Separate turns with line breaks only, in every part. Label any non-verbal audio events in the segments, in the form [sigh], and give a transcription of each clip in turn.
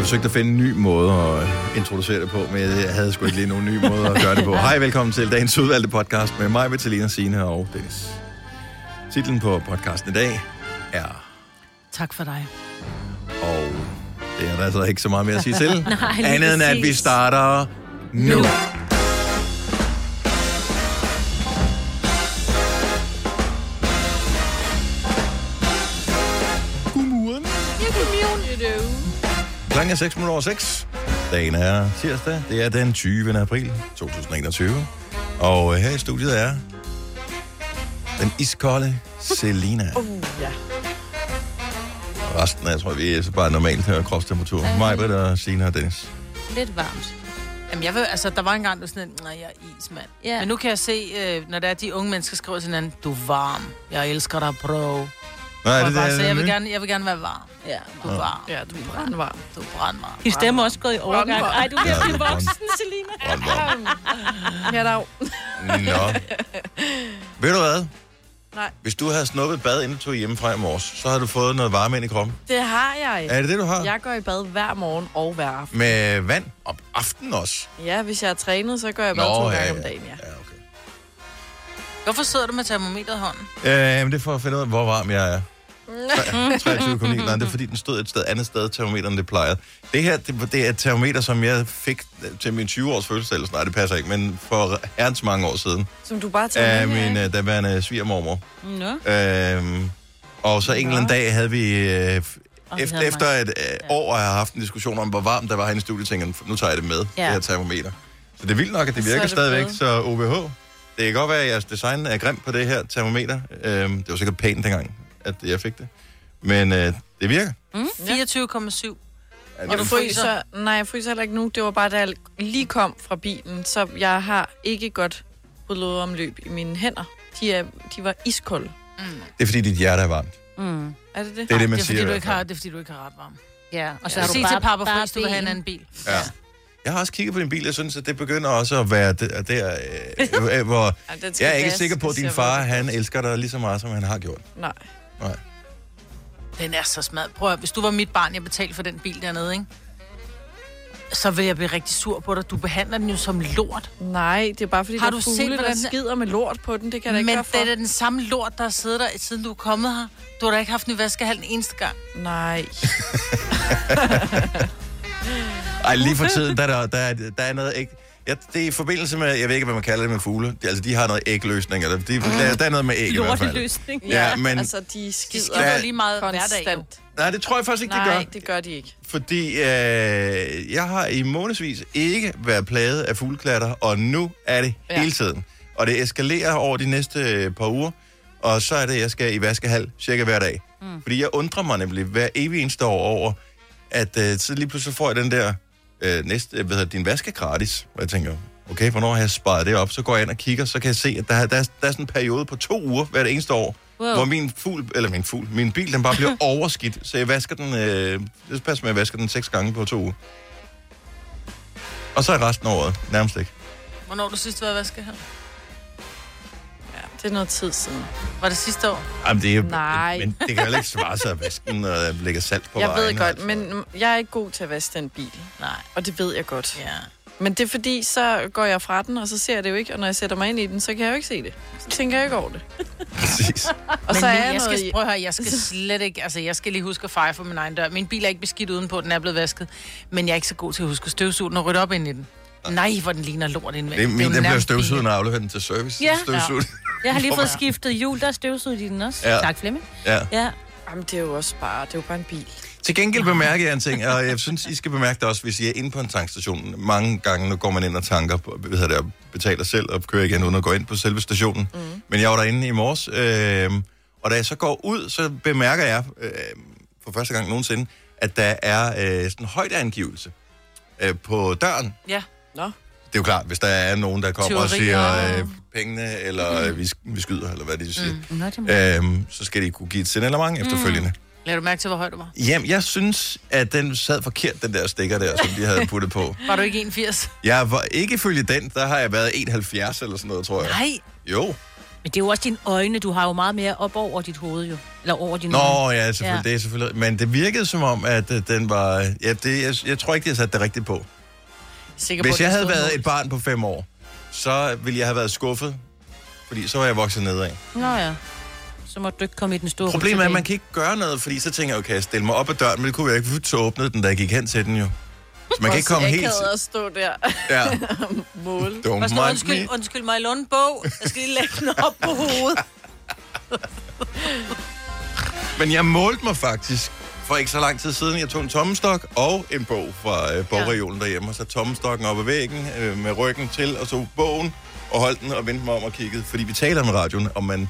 forsøgte at finde en ny måde at øh, introducere det på, men jeg havde sgu ikke lige nogen ny måde at gøre det
[laughs]
på. Hej, velkommen til dagens udvalgte podcast med mig, Vitalina Sine og Dennis. Titlen på podcasten i dag er,
Tak for dig.
og det er der altså ikke så meget mere at sige til,
[laughs] Nej, lige
andet end at
præcis.
vi starter nu. nu. Godmorgen. Klokken er 6 minutter over 6. Dagen er tirsdag. Det er den 20. april 2021. Og øh, her i studiet er den iskolde Selina.
Uh, ja.
Og Resten af, jeg tror, vi er bare normalt her kropstemperatur. Mig, Britt og Sina og Dennis.
Lidt varmt. Jamen, jeg ved, altså, der var engang, du var sådan en, nej, jeg er is, mand.
Ja.
Men nu kan jeg se, øh, når der er de unge mennesker, skriver til hinanden, du er varm, jeg elsker dig, bro.
Nej,
Og
det,
bare,
det,
så
det,
jeg vil,
det,
gerne, jeg vil gerne være varm. Ja, du er
Ja.
varm.
Ja, du er brandvarm.
Du er brandvarm.
I stemmer også gået i overgang. Ej, du er ved at blive
[laughs]
voksen, Selina.
Ja, dag. [laughs]
Nå. Ved du hvad?
Nej.
Hvis du havde snuppet et bad, inden du tog hjemmefra i morges, så havde du fået noget varme ind i kroppen.
Det har jeg ikke.
Er det det, du har?
Jeg går i bad hver morgen og hver aften.
Med vand om aftenen også.
Ja, hvis jeg har trænet, så går jeg i bad to gange om dagen, ja.
ja okay.
Hvorfor sidder du med termometeret i hånden?
Øh, men det er for at finde ud af, hvor
[laughs]
varm jeg er. Tre- 23,9. Nej, det er fordi, den stod et sted andet sted, termometeren, end det plejede. Det her, det, det er et termometer, som jeg fik øh, til min 20-års fødselsdag. eller sådan- Nej, det passer ikke, men for herrens mange år siden.
Som du bare tager
Af
med
min
her,
øh, daværende svigermormor.
Nå.
Øhm, og så en eller anden dag havde vi... Øh, f-
Og vi
efter,
havde
efter et øh, år har jeg haft en diskussion om, hvor varmt der var herinde i studiet, tænkte jeg, nu tager jeg det med,
Ja.
det her termometer. Så det er vildt nok, at det
Så er
virker
det
stadigvæk,
blevet.
så OBH. Det kan godt være, at jeres design er grimt på det her termometer. Øhm, det var sikkert pænt dengang, at jeg fik det. Men øh, det virker.
Mm? 24,7.
Er
Og
det-
du fryser? Nej, jeg fryser heller ikke nu. Det var bare, da jeg lige kom fra bilen, så jeg har ikke godt blodomløb i mine hænder. De, er, de var iskolde.
Det er fordi, dit hjerte er varmt.
Mm.
Er det det?
Det er det, man
det er,
siger.
fordi,
i
du
hvert
ikke
fald.
har, det er, fordi du ikke har ret varm.
Ja, og så
Ja.
er du
Sig
bare,
til Papa
bare
Fris, du vil have en
ben.
anden bil.
Ja. Jeg har også kigget på din bil, jeg synes, at det begynder også at være der, der
[laughs]
øh, øh, hvor
Ej, den skal
jeg er ikke
gas,
sikker på, at
det
din
ser jeg
far,
godt.
han elsker dig lige så meget, som han har gjort.
Nej.
Nej.
Den er så smad. Prøv at, høre, hvis du var mit barn, jeg betalte for den bil dernede, ikke? Så vil jeg blive rigtig sur på dig. Du behandler den jo som lort.
Nej, det er bare fordi,
Har
har der
du
er
set,
fugle, set, der
hvordan-
skider med lort på den. Det kan jeg da
Men
ikke
det er
gøre
da den samme lort, der sidder der, siden du er kommet her. Du har da ikke haft en vaskehal en eneste gang.
for. Nej.
Ej, lige for tiden, der er, der, der, er- der er noget æg. Ja, det er i forbindelse med, jeg ved ikke, hvad man kalder det med fugle. De, altså, de har noget ægløsning, eller de, der, der er noget med æg i hvert fald.
Lorteløsning.
Ja, men-
Altså, de skider,
De skider jo lige meget hver dag, jo.
konstant.
Nej, det tror jeg faktisk ikke, det
Nej,
gør.
det gør de ikke.
Fordi øh, jeg har i månedsvis ikke været plaget af fugleklatter, og nu er det ja.
Ja.
hele tiden. Og det eskalerer over de næste øh, par uger, og så er det, jeg skal i vaskehal cirka hver dag. Mm. Fordi jeg undrer mig nemlig hver evig eneste år over, at øh, så lige pludselig får jeg den der, øh, næste, øh, hvad hedder det, din vaske gratis. Og jeg tænker, okay, hvornår har jeg sparet det op? Så går jeg ind og kigger, så kan jeg se, at der, er- der, er, der er sådan en periode på to uger hvert eneste år,
Wow.
hvor min fugl, eller min fugl, min bil, den bare bliver overskidt. Så jeg vasker den, øh, det passer med, at jeg vasker den seks gange på to uger. Og så er resten af året nærmest ikke.
Hvornår har du sidst været i vaskehal?
Ja, det er noget tid siden.
Var det sidste år?
Jamen, det er,
Nej.
Men det kan jo heller ikke svare sig at vaske den, og lægge salt på
jeg
vejen.
ved godt,
altså.
men jeg er ikke god til at vaske den bil.
Nej.
Og det ved jeg godt.
Ja.
Men det er fordi, så går jeg fra den, og så ser jeg det jo ikke. Og når jeg sætter mig ind i den, så kan jeg jo ikke se det. Så tænker jeg ikke over det.
[laughs] Præcis.
Og
Og
så
så
er
men,
jeg,
jeg
noget
skal,
i...
prøv at høre, jeg skal slet ikke, altså jeg skal lige huske at feje for min egen dør. Min bil er ikke beskidt udenpå, den er blevet vasket. Men jeg er ikke så god til at huske at støvsuge den og rydde op ind i den. Nej, hvor den ligner lort indvendigt.
Det er min,
jo
den bliver
nærmest
støvsuget,
pinligt.
når jeg afleverer den til service.
Ja.
Støvsuget.
Jeg har lige fået skiftet hjul, der er støvsud i den også.
Ja.
Tak, Flemming.
Ja.
Ja.
Jamen, det er jo også bare, det er jo bare en bil.
Til gengæld bemærker jeg en ting, og jeg synes, I skal bemærke det også, hvis I er inde på en tankstation. Mange gange nu går man ind og tanker, på- hvad hedder det, og betaler selv og kører igen, uden at gå ind på selve stationen. Mm. Men jeg var derinde i morges, øh, og da jeg så går ud, så bemærker jeg øh, for første gang nogensinde, at der er øh, sådan en højdeangivelse øh, på døren.
Ja.
Nå.
Det er jo klart, hvis der er nogen, der kommer og siger
Tyverier.
øh, pengene, eller øh, vi, sk- vi skyder, eller hvad det siger, mm.
Nå, det må...
øh, så skal de kunne give et signalement efterfølgende.
Øh, mm. Lad du mærke til, hvor høj du var?
Jamen, jeg synes, at den sad forkert, den der stikker der, som de havde puttet på.
Var du ikke 81?
Jeg var ikke ifølge den, der har jeg været 71 eller sådan noget, tror jeg.
Nej,
Jo.
Men det er jo også dine øjne. Du har jo meget mere op over dit hoved, jo. Eller over dine øjne.
Nå, ja, selvfølgelig, ja. det er selvfølgelig. Men det virkede som om, at øh, den var... øh, Ja, det, jeg, jeg tror ikke, de har sat det rigtigt på.
Sikker på,
Hvis
at det
jeg havde
stod
været
mål.
et barn på fem år, så ville jeg have været skuffet, fordi så var jeg vokset nedad.
Nå ja. Så må du ikke komme i den store
Problemet er, at
rutsjebane.
man kan ikke gøre noget, fordi så tænker jeg, okay, jeg stiller mig op ad døren, men det kunne jeg ikke, for så åbnede den, da jeg gik hen til den jo. Så man kan ikke komme helt...
Jeg at stå der
[laughs]
Ja,
og måle.
don't
Og sådan,
mind
undskyld,
me.
undskyld mig, lån en bog. Jeg skal lige lægge den op på hovedet.
Men jeg målte mig faktisk for ikke så lang tid siden. Jeg tog en tommestok og en bog fra øh, bogreolen derhjemme, og så tommestokken op ad væggen øh, med ryggen til, og så bogen og holdt den og vendte mig om og kiggede, fordi vi taler om radioen, om man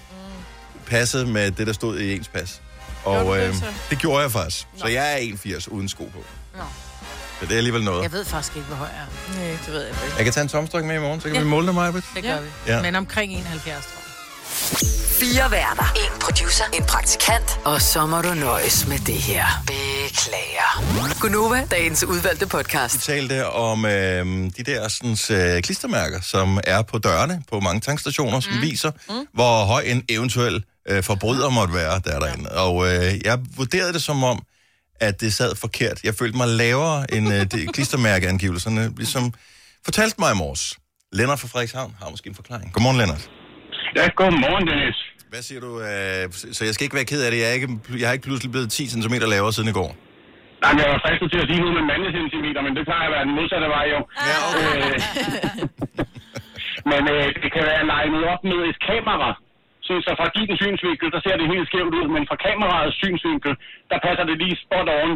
passede med det, der stod i ens pas. Og
Gjorde du
øh,
det så?
det gjorde jeg faktisk. Så jeg er 1,80 uden sko på.
Nå.
Så det er alligevel noget.
Jeg ved faktisk ikke, hvor høj jeg er.
Nej, det ved jeg ikke.
Jeg kan tage en tomstok med i morgen, så kan ja.
Ja.
vi måle det, Majbrit.
Det gør
Ja.
vi.
Ja.
Men omkring 71, tror jeg.
Fire værter. En producer. En praktikant. Og så må du nøjes med det her. Beklager. Gunova, dagens udvalgte podcast.
Vi talte om øh, de der sådan, øh, klistermærker, som er på dørene på mange tankstationer, som mm. viser, mm. hvor høj en eventuel øh, forbryder måtte være, der er derinde. Og øh, jeg vurderede det som om, at det sad forkert. Jeg følte mig lavere end øh, de klistermærkeangivelserne, ligesom fortalte mig i morges. Lennart fra Frederikshavn har måske en forklaring. Godmorgen, Lennart.
Ja, godmorgen, Dennis.
Hvad siger du? Øh, så jeg skal ikke være ked af det. Jeg er ikke, jeg er ikke pludselig blevet 10 cm lavere siden i går.
Nej, men jeg var fristet til at sige noget med mandecentimeter, men det plejer at være den modsatte vej jo.
Ja, okay.
Øh, men øh, det kan være legnet op med et kamera. Så, så fra din synsvinkel, der ser det helt skævt ud, men fra kameraets synsvinkel, der passer det lige spot on.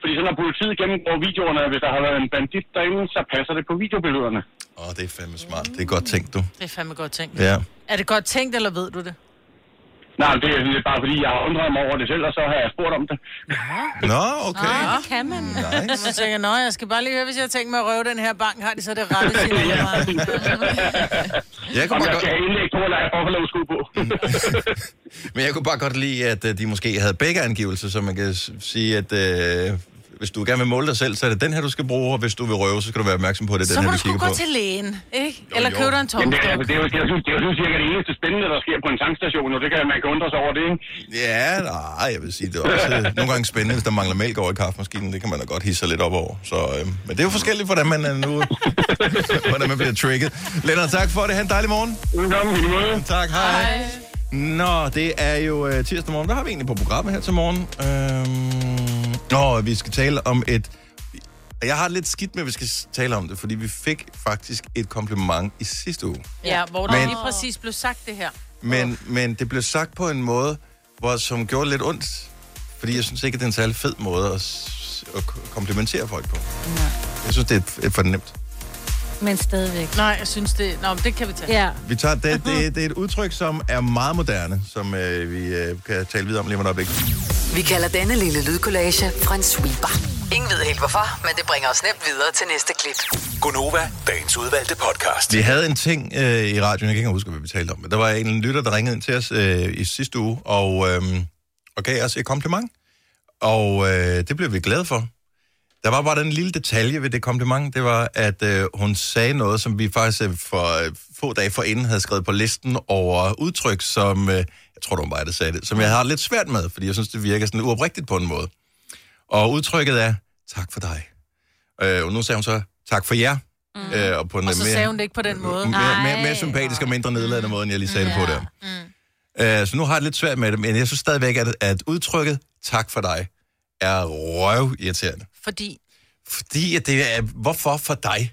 Fordi så når politiet gennemgår videoerne, hvis der har været en bandit derinde, så passer det på videobillederne.
Åh, oh, det er fandme smart. Det er godt tænkt, du.
Det er fandme godt tænkt.
Ja.
Er det godt tænkt, eller ved du det?
Nej, det er sådan lidt bare fordi, jeg har undret mig over det selv, og så har jeg spurgt om det.
Nå, okay.
Nej, det kan man.
Nice.
Så tænker jeg, nå, jeg skal bare lige høre, hvis jeg tænker mig at røve den her bank, har de så det rette
[laughs]
til mig?
[laughs]
Jeg kunne
Om
bare
jeg skal
godt,
have indlæg på, eller jeg får lov sko på.
men jeg kunne bare godt lide, at øh, de måske havde begge angivelser, så man kan s- sige, at øh, hvis du gerne vil måle dig selv, så er det den her, du skal bruge, og hvis du vil røve, så skal du være opmærksom på, at det er
Så
den
må
her,
du
vi
sgu
kigger på.
gå til lægen, ikke? Eller
jo.
købe dig en
Jamen, det, er,
tomstok.
altså, det, er, jo- det, er, jo sådan- det er jo sådan cirka det eneste spændende, der sker på en tankstation, og det kan man kan undre sig over det, ikke?
Ja, nej, jeg vil sige, det er også
[laughs]
øh, nogle gange spændende, hvis der mangler mælk over i kaffemaskinen, det kan man da godt hisse sig lidt op over. Så, øh, men det er jo forskelligt, hvordan man er
[laughs]
nu, hvordan man bliver trigget. Lennart, tak for det. Ha' en dejlig morgen.
Velkommen, i måde.
Tak, hej. hej. Nå, det er jo øh, tirsdag morgen. Hvad har vi egentlig på programmet her til morgen? Øhm, nå, vi skal tale om et... Jeg har det lidt skidt med, at vi skal s- tale om det, fordi vi fik faktisk et kompliment i sidste uge.
Ja, hvor der
Men-
lige præcis blev sagt det her.
Men, men det blev sagt på en måde, hvor, som gjorde lidt ondt. Fordi jeg synes ikke, at det er en særlig fed måde at, s- at k- komplimentere folk på. Nej. Jeg synes, det er f- for nemt.
Men stadigvæk.
Nej, jeg synes det... Nå, men det kan vi tage.
Ja.
Vi tager det, det, det er et udtryk, som er meget moderne, som øh, vi øh, kan tale videre om lige om et øjeblik.
Vi kalder denne lille lydkollage en sweeper. Ingen ved helt hvorfor, men det bringer os nemt videre til næste klip.
Gunova, dagens udvalgte podcast.
Vi havde en ting øh, i radioen, jeg kan ikke engang huske, hvad vi talte om, men der var en lytter, der ringede ind til os øh, i sidste uge, og, øh, og gav os et kompliment. Og øh, det blev vi glade for. Der var bare den lille detalje ved det kompliment, det var, at øh, hun sagde noget, som vi faktisk øh, for øh, få dage forinden havde skrevet på listen over udtryk, som, øh, jeg tror, det var mig, der sagde det, som jeg har lidt svært med, fordi jeg synes, det virker sådan uoprigtigt på en måde. Og udtrykket er, tak for dig. Øh, og nu sagde hun så, tak for jer. Mm. Øh, og, på en Øh,
Og så sagde hun det ikke på den måde.
mere, mere, mere sympatisk og
Mm.
mindre nedladende måde, end jeg lige sagde det på der. Mm. Uh, så nu har jeg det lidt svært med det, men jeg synes stadigvæk, at, at udtrykket tak for dig er røvirriterende.
Fordi
Fordi at det er, hvorfor for dig?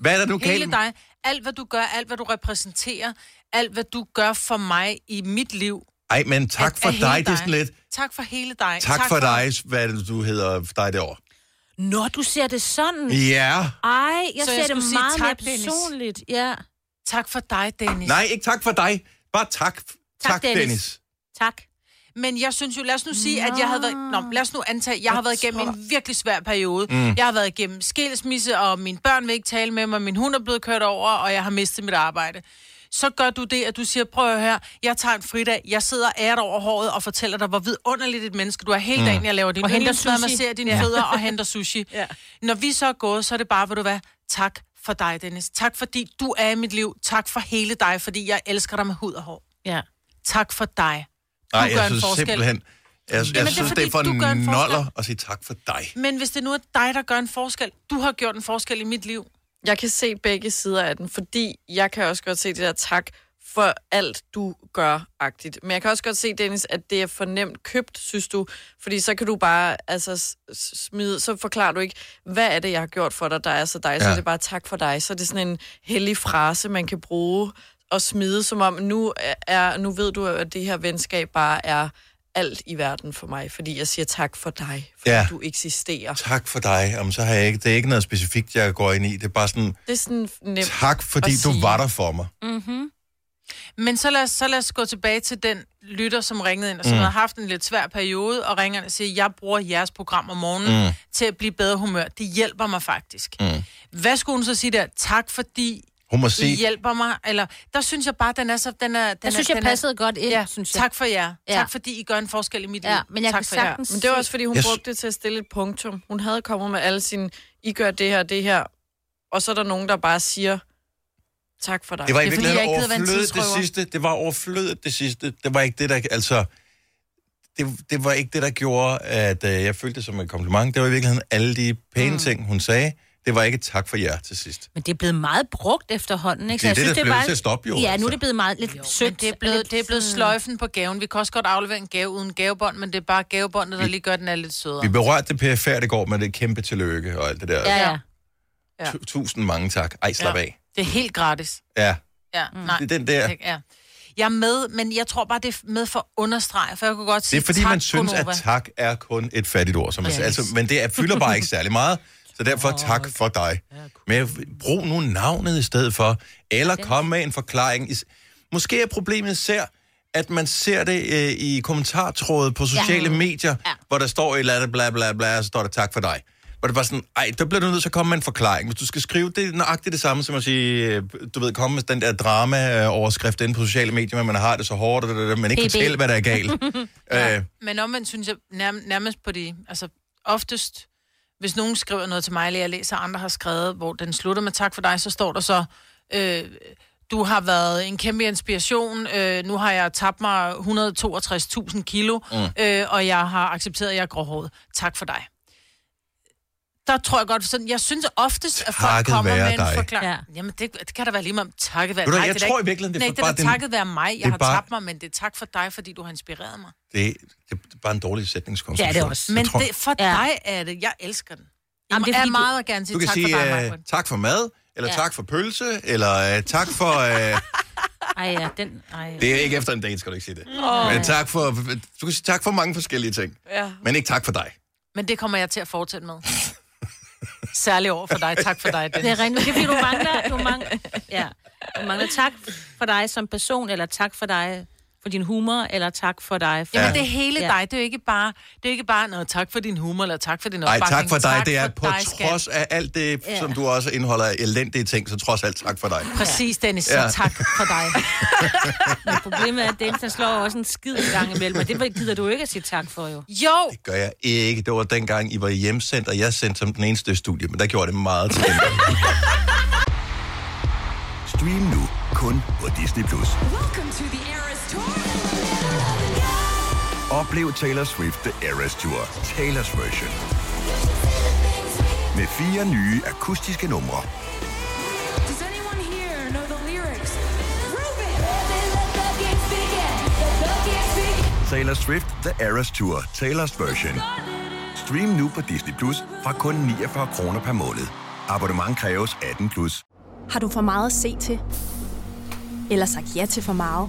Hvad er der nu
hele
galt?
dig, alt hvad du gør, alt hvad du repræsenterer, alt hvad du gør for mig i mit liv,
Ej, men tak
er-
for
er
dig,
hele
det er sådan lidt,
Tak for hele dig.
tak, tak for dig, hvad er det, du hedder dig derovre.
Nå, du ser det sådan.
Ja.
Ej, jeg
Så
ser
jeg
det
skulle sige
meget
tak,
mere
Dennis.
personligt. Ja.
Tak for dig, Dennis.
Nej, ikke tak for dig. Bare tak. Tak,
Dennis.
Dennis.
Tak.
Men jeg synes jo, lad os nu sige, at jeg havde været... Nå, lad os nu antage, jeg har været igennem en virkelig svær periode. Mm. Jeg har været igennem skilsmisse, og mine børn vil ikke tale med mig, min hund er blevet kørt over, og jeg har mistet mit arbejde. Så gør du det, at du siger, prøv her, jeg tager en fridag, jeg sidder æret over håret og fortæller dig, hvor vidunderligt et menneske du er hele dagen, jeg laver din
Og henter
yndlingsmad,
sushi.
masserer dine fødder
[laughs]
og henter sushi. ja. Når vi så er gået, så er det bare, hvor du hvad, tak for dig, Dennis. Tak fordi du er i mit liv. Tak for hele dig, fordi jeg elsker dig med hud og hår. Ja. Tak for dig. Du
Nej,
gør
jeg
en
synes
forskel.
simpelthen... Jeg, jeg
Jamen, det er
synes, det er,
fordi,
for
du gør en forskel.
noller at sige tak for dig.
Men hvis det nu er dig, der gør en forskel, du har gjort en forskel i mit liv.
Jeg kan se begge sider af den, fordi jeg kan også godt se det der tak for alt, du gør-agtigt. Men jeg kan også godt se, Dennis, at det er for nemt købt, synes du, fordi så kan du bare altså, s- s- smide, så forklarer du ikke, hvad er det, jeg har gjort for dig, der er så dig, ja. så
Ja.
er det bare tak for dig. Så er det sådan en hellig frase, man kan bruge og smide, som om nu, er, nu ved du, at det her venskab bare er alt i verden for mig, fordi jeg siger tak for dig, fordi
Ja.
ja. du eksisterer.
Tak for dig. Jamen, så har jeg ikke, det er ikke noget specifikt, jeg går ind i. Det er bare sådan,
Det er sådan nemt.
tak fordi
at
du
sige.
var der for mig.
Men så lad, os, så lad os gå tilbage til den lytter, som ringede ind, og som mm. havde haft en lidt svær periode, og ringer ind og siger, jeg bruger jeres program om morgenen mm. til at blive bedre humør. Det hjælper mig faktisk. Mm. Hvad skulle hun så sige der? Tak fordi
Hun må
I
sige,
hjælper mig. Eller, der synes jeg bare, den er så... Den er, den
Jeg synes,
er,
jeg
den er-
passede godt ind,
Ja,
synes jeg.
tak for jer. Ja.
Ja.
Tak fordi I gør en forskel i mit liv.
Ja, men jeg
tak
kan
for jer.
sagtens-
Men det var også, fordi hun
Jeg
jeg
sy-
brugte det til at stille et punktum. Hun havde kommet med alle sine, I gør det her, det her, og så er der nogen, der bare siger, tak for dig.
det var i
Det er, fordi jeg
virkeligheden
ikke gider være en
overflødet det
tidsrøver.
sidste. Det var overflødet det sidste. Det var ikke det, der... Altså, det, det var ikke det, der gjorde, at øh, jeg følte det som en kompliment. Det var i virkeligheden alle de pæne mm. ting, hun sagde. Det var ikke et tak for jer til sidst.
Men det er blevet meget brugt efterhånden, ikke?
Det er det, der blev til at stoppe, jo,
Ja, nu
altså.
er det blevet meget lidt
Sødt. Men
sødt.
det er, blevet, det er blevet sløjfen på gaven. Vi kan også godt aflevere en gave uden gavebånd, men det er bare gavebåndet, der lige gør, at den er lidt
Vi
sødere.
berørte det perifært i går med det kæmpe tillykke og alt det der.
Ja, ja.
ja. Tu- Tusind mange tak. Ej, slap
Ja.
ja. af.
Det er helt gratis.
Ja,
Ja, mm. nej.
det er den der.
Det, ja. Jeg er med, men jeg tror bare, det er med for at understrege, for jeg kunne godt
Det
sige
er fordi,
tak,
man synes,
Gonova.
at tak er kun et fattigt ord. Som yes.
Yes.
altså, men det er, fylder bare ikke særlig meget. Så derfor tak for dig. Men jeg- brug nu navnet i stedet for, eller kom med en forklaring. Is- Måske er problemet især, at man ser det øh, i kommentartråde på sociale ja. medier, ja. hvor der står et eller andet bla bla bla, og så står der tak for dig. Hvor det bare sådan, ej, der bliver du nødt til at komme med en forklaring. Hvis du skal skrive, det er nøjagtigt det samme som at sige, øh, du ved, komme med den der drama-overskrift inde på sociale medier, men man har det så hårdt, og det, det, det, man ikke kan
PB.
fortælle, hvad der er [laughs] galt.
[laughs]
ja. øh,
Men omvendt synes jeg nærm- nærmest på de... Altså oftest, hvis nogen skriver noget til mig, eller jeg læser, andre har skrevet, hvor den slutter med tak for dig, så står der så... Øh, du har været en kæmpe inspiration. Øh, nu har jeg tabt mig 162.000 kilo, mm. øh, og jeg har accepteret, at jeg er gråhåret. Tak for dig. Der tror jeg godt, sådan, jeg synes oftest, at folk
Takket
kommer
være
med en
dig.
forklaring. Ja.
Ja.
Jamen, det, det kan da være lige meget om takket være
Ved du
dig.
hvad, jeg
det er da
tror
ikke-
i virkeligheden, det er
Nej, det er
bare
da
den-
takket være mig. Jeg
det er
har
bare-
tabt mig, men det er tak for dig, fordi du har inspireret mig.
Det, det er bare en dårlig sætningskonstruktion.
Det er det også.
Jeg
Men
tror,
det, for ja.
Ja.
dig er det. Jeg elsker den. Jeg
Jamen, det er
er
fordi, du-
meget og gerne
du
sige
kan
tak
sige
for dig,
øh,
Michael.
tak for mad, eller ja.
Ja.
tak for pølse, eller øh, tak for...
[laughs]
Øh,
Ej, ja, den... Ej.
det er ikke efter en date, skal du ikke sige det. Men tak for, du kan sige tak for mange forskellige ting,
Ja.
men ikke tak for dig.
Men det kommer jeg til at fortsætte
[laughs]
med. Særligt over for dig. Tak for dig,
altså.
Det
Dennis.
er rent, det er fordi, du mangler, du mangler, ja. du mangler tak for dig som person, eller tak for dig for din humor, eller tak for dig for...
Jamen, det er hele
Ja.
dig. Det er jo ikke bare, det er jo ikke bare noget tak for din humor, eller tak for din
Nej,
opbakning.
tak for dig. Det er
for
på
dig, skat.
trods af alt det,
Ja.
som du også indeholder af elendige ting, så trods alt tak for dig.
Præcis, Dennis. Så
Ja.
tak for dig.
[laughs] Men problemet er, at Dennis han slår jo også en skid i gang imellem, og det gider du ikke at sige tak for, jo.
Jo,
Det gør jeg ikke. Det var dengang, I var hjemsendt, og jeg sendte som den eneste i studiet, men der gjorde jeg det meget til gengæld.
Stream nu kun på Disney+. Plus. Oplev Taylor Swift The Eras Tour, Taylor's version. Med fire nye akustiske numre. Taylor Swift The Eras Tour, Taylor's version. Stream nu på Disney Plus fra kun 49 kroner per måned. Abonnement kræves 18 plus.
Har du for meget at se til? Eller sagt ja til for meget?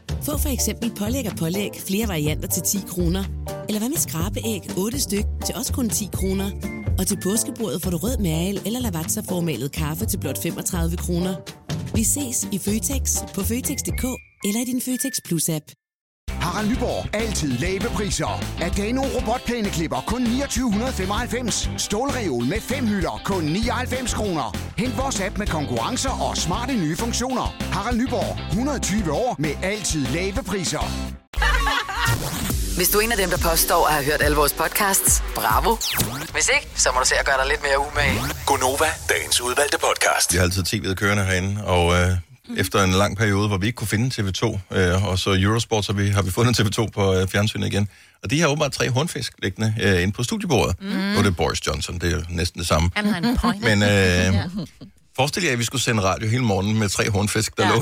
Få for eksempel pålæg og pålæg flere varianter til 10 kroner. Eller hvad med skrabeæg 8 styk til også kun 10 kroner. Og til påskebordet får du rød mal eller lavatserformalet kaffe til blot 35 kroner. Vi ses i Føtex på Føtex.dk eller i din Føtex Plus-app.
Harald Nyborg. Altid lave priser. Adano robotplæneklipper kun 2995. Stålreol med fem hylder kun 99 kroner. Hent vores app med konkurrencer og smarte nye funktioner. Harald Nyborg. 120 år med altid lave priser.
Hvis du er en af dem, der påstår at have hørt alle vores podcasts, bravo. Hvis ikke, så må du se at gøre dig lidt mere umage.
Gonova, dagens udvalgte podcast.
Vi Altså, har altid TV'et kørende herinde, og øh, efter en lang periode, hvor vi ikke kunne finde TV2, øh, og så Eurosport, så vi, har vi fundet TV2 på øh, fjernsynet igen. Og de har åbenbart tre hornfisk liggende øh, inde på studiebordet. Mm. Nu er det Boris Johnson, det er jo næsten det samme.
Han har en point.
Men øh, forestil jer, at vi skulle sende radio hele morgenen med tre hornfisk, der ja.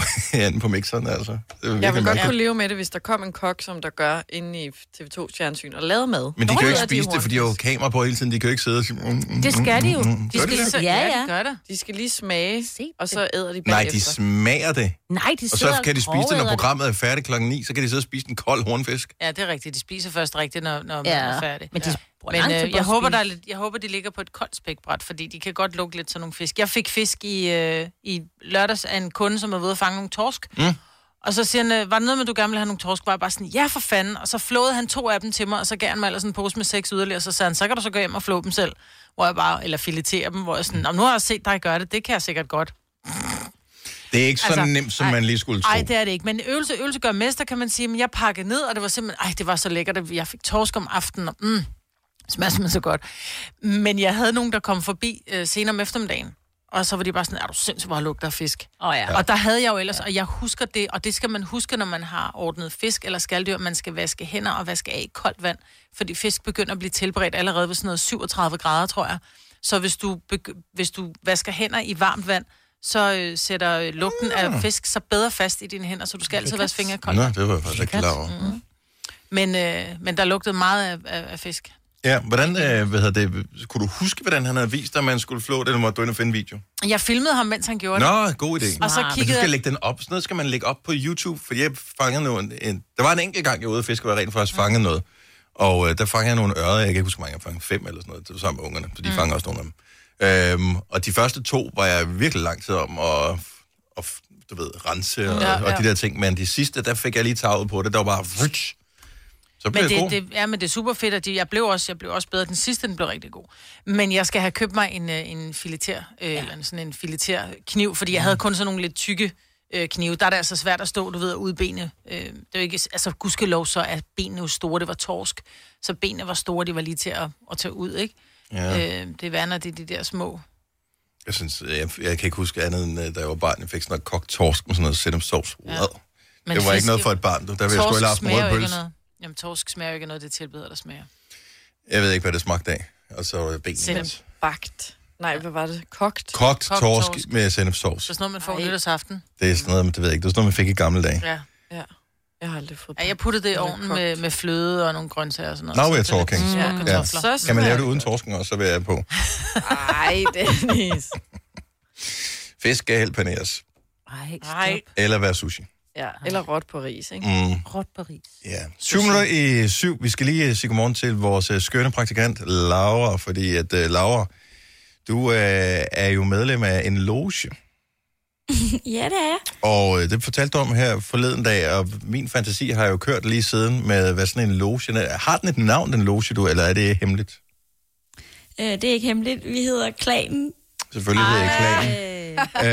lå [laughs] inde på mixeren, altså. Det var
Jeg
virkelig
vil godt
mærkeligt.
kunne leve med det, hvis der kom en kok, som der gør inde i TV2's fjernsyn og lavede mad.
Men de kan jo ikke
Nå,
spise det,
horn.
fordi de har jo kamera på hele tiden. De kan jo ikke sidde og sige... Mm, mm,
Det skal de jo.
mm, mm.
De
Gør
skal
det?
så-
Ja,
Ja,
ja.
de
gør det.
De skal lige smage, og så æder de
Nej,
bagefter.
de smager det.
Nej,
og så kan de spise det, når programmet er færdigt klokken 9, så kan de sidde og spise en kold hornfisk.
Ja, det er rigtigt. De spiser først rigtigt, når, når
Ja,
ja. man er færdig.
men de
ja.
bruger lang
men
tid på
øh,
at
jeg, håber,
spise.
der er lidt, jeg håber, de ligger på et koldt spækbræt, fordi de kan godt lukke lidt sådan nogle fisk. Jeg fik fisk i, øh, i lørdags af en kunde, som er ved at fange nogle torsk.
Mm.
Og så siger han, øh, var det noget med, at du gerne ville have nogle torsk? Var jeg bare sådan, ja for fanden. Og så flåede han to af dem til mig, og så gav han mig ellers en pose med seks yderligere, og så sagde han, så kan du så gå hjem og flå dem selv. Hvor jeg bare, eller filetere dem, hvor jeg sådan, "Nå, nu har jeg set dig gøre det, det kan jeg sikkert godt.
Det er ikke så altså, nemt, som ej, man lige skulle tro.
Nej, det er det ikke. Men øvelse, øvelse gør mester, kan man sige. Men jeg pakkede ned, og det var simpelthen... Ej, det var så lækkert. at Jeg fik torsk om aftenen, og mm, smager simpelthen så godt. Men jeg havde nogen, der kom forbi øh, senere om eftermiddagen. Og så var de bare sådan, er du sindssygt, hvor lugter af fisk.
Oh, ja.
Og der havde jeg jo ellers, og jeg husker det, og det skal man huske, når man har ordnet fisk eller skalddyr, man skal vaske hænder og vaske af i koldt vand, fordi fisk begynder at blive tilberedt allerede ved sådan noget 37 grader, tror jeg. Så hvis du, begy- hvis du vasker hænder i varmt vand, så øh, sætter øh, lugten af fisk sig bedre fast i dine hænder, så du skal altid vaske fingre i koldt
Nå,
vand.
det Mm. var jeg faktisk ikke klar over.
Mhm. Men, øh, men der lugtede meget af, af, af fisk.
Ja, hvordan, øh, hvad hedder det, kunne du huske, hvordan han havde vist dig, at man skulle flå det, eller måtte du ind og finde en video?
Jeg filmede ham, mens han gjorde det.
Nå, god idé.
Og så
Men du
kiggede
skal
jeg-
lægge den op. Sådan noget skal man lægge op på YouTube, for jeg fangede nu en, en... Der var en enkelt gang, jeg var ude og fiske, hvor jeg rent faktisk fangede noget. Og øh, der fangede jeg nogle ører, jeg kan ikke huske, hvor mange jeg fangede, fem eller sådan noget, det var sammen med ungerne, så de mm. fangede også nogle af dem. Øhm, og de første to var jeg virkelig lang tid om at, at du ved, rense og,
Ja,
ja,
ja.
ja. og de der ting, men de sidste, der fik jeg lige taget på det, der var bare... Vutsch, så blev
Men
jeg god.
det, det, ja, men det er super fedt, at de, jeg, blev også, jeg blev også bedre. Den sidste, den blev rigtig god. Men jeg skal have købt mig en, øh, en fileter, øh, ja. eller en- sådan en fileter kniv, fordi jeg havde kun sådan nogle lidt tykke øh, knive. Der er det altså svært at stå, du ved, ude benene. Øh, det er jo ikke, altså gudskelov så er benene jo store, det var torsk. Så benene var store, de var lige til at, at tage ud, ikke?
Ja.
Øh, det er værre, når det er de der små.
Jeg synes, øh, jeg, jeg kan ikke huske andet end, øh, da jeg var barn, jeg fik sådan noget kogt torsk med sådan noget setup sauce. Ja.
Men
Det var ikke
fisk-
noget for et barn, du. Der ville jeg sgu
Torsk
hellere have haft en
smager jo
rødpølse.
ikke af noget. Jamen, torsk smager jo ikke af noget, det tilbeder, der smager.
Jeg ved ikke, hvad det smagte af. Og så var det benene.
Sennep bagt. Nej, hvad var det? Kogt?
Kogt torsk med sennepsovs.
Så sådan noget, man får nytårsaften.
Det er sådan noget, det ved jeg ikke. Det er sådan noget, man fik i gamle dage.
Ja.
ja. Jeg har aldrig fået
Ja, jeg puttede det i ovnen med, med fløde og nogle grøntsager og sådan
Now
noget.
we're
Så det er
talking.
lidt små
Ja.
kartofler.
Kan man lave det uden torsken også, så vil jeg på.
Nej, [laughs] Dennis.
Fisk skal helt paneres.
Nej.
Eller være sushi.
Ja, eller råt på ris, ikke?
Mm.
Råt på ris.
Ja. 7 minutter i 7. Vi skal lige øh, sige godmorgen til vores øh, skønne praktikant, Laura. Fordi at, uh, Laura, du øh, er jo medlem af en loge.
[laughs] ja, det er jeg.
Og øh, det fortalte du om her forleden dag, og min fantasi har jo kørt lige siden med, hvad sådan en loge... er. Har den et navn, den loge, du, eller er det hemmeligt?
Øh, det er ikke hemmeligt. Vi hedder Klanen.
Selvfølgelig hedder jeg klagen.
[laughs]
Øhm,
Det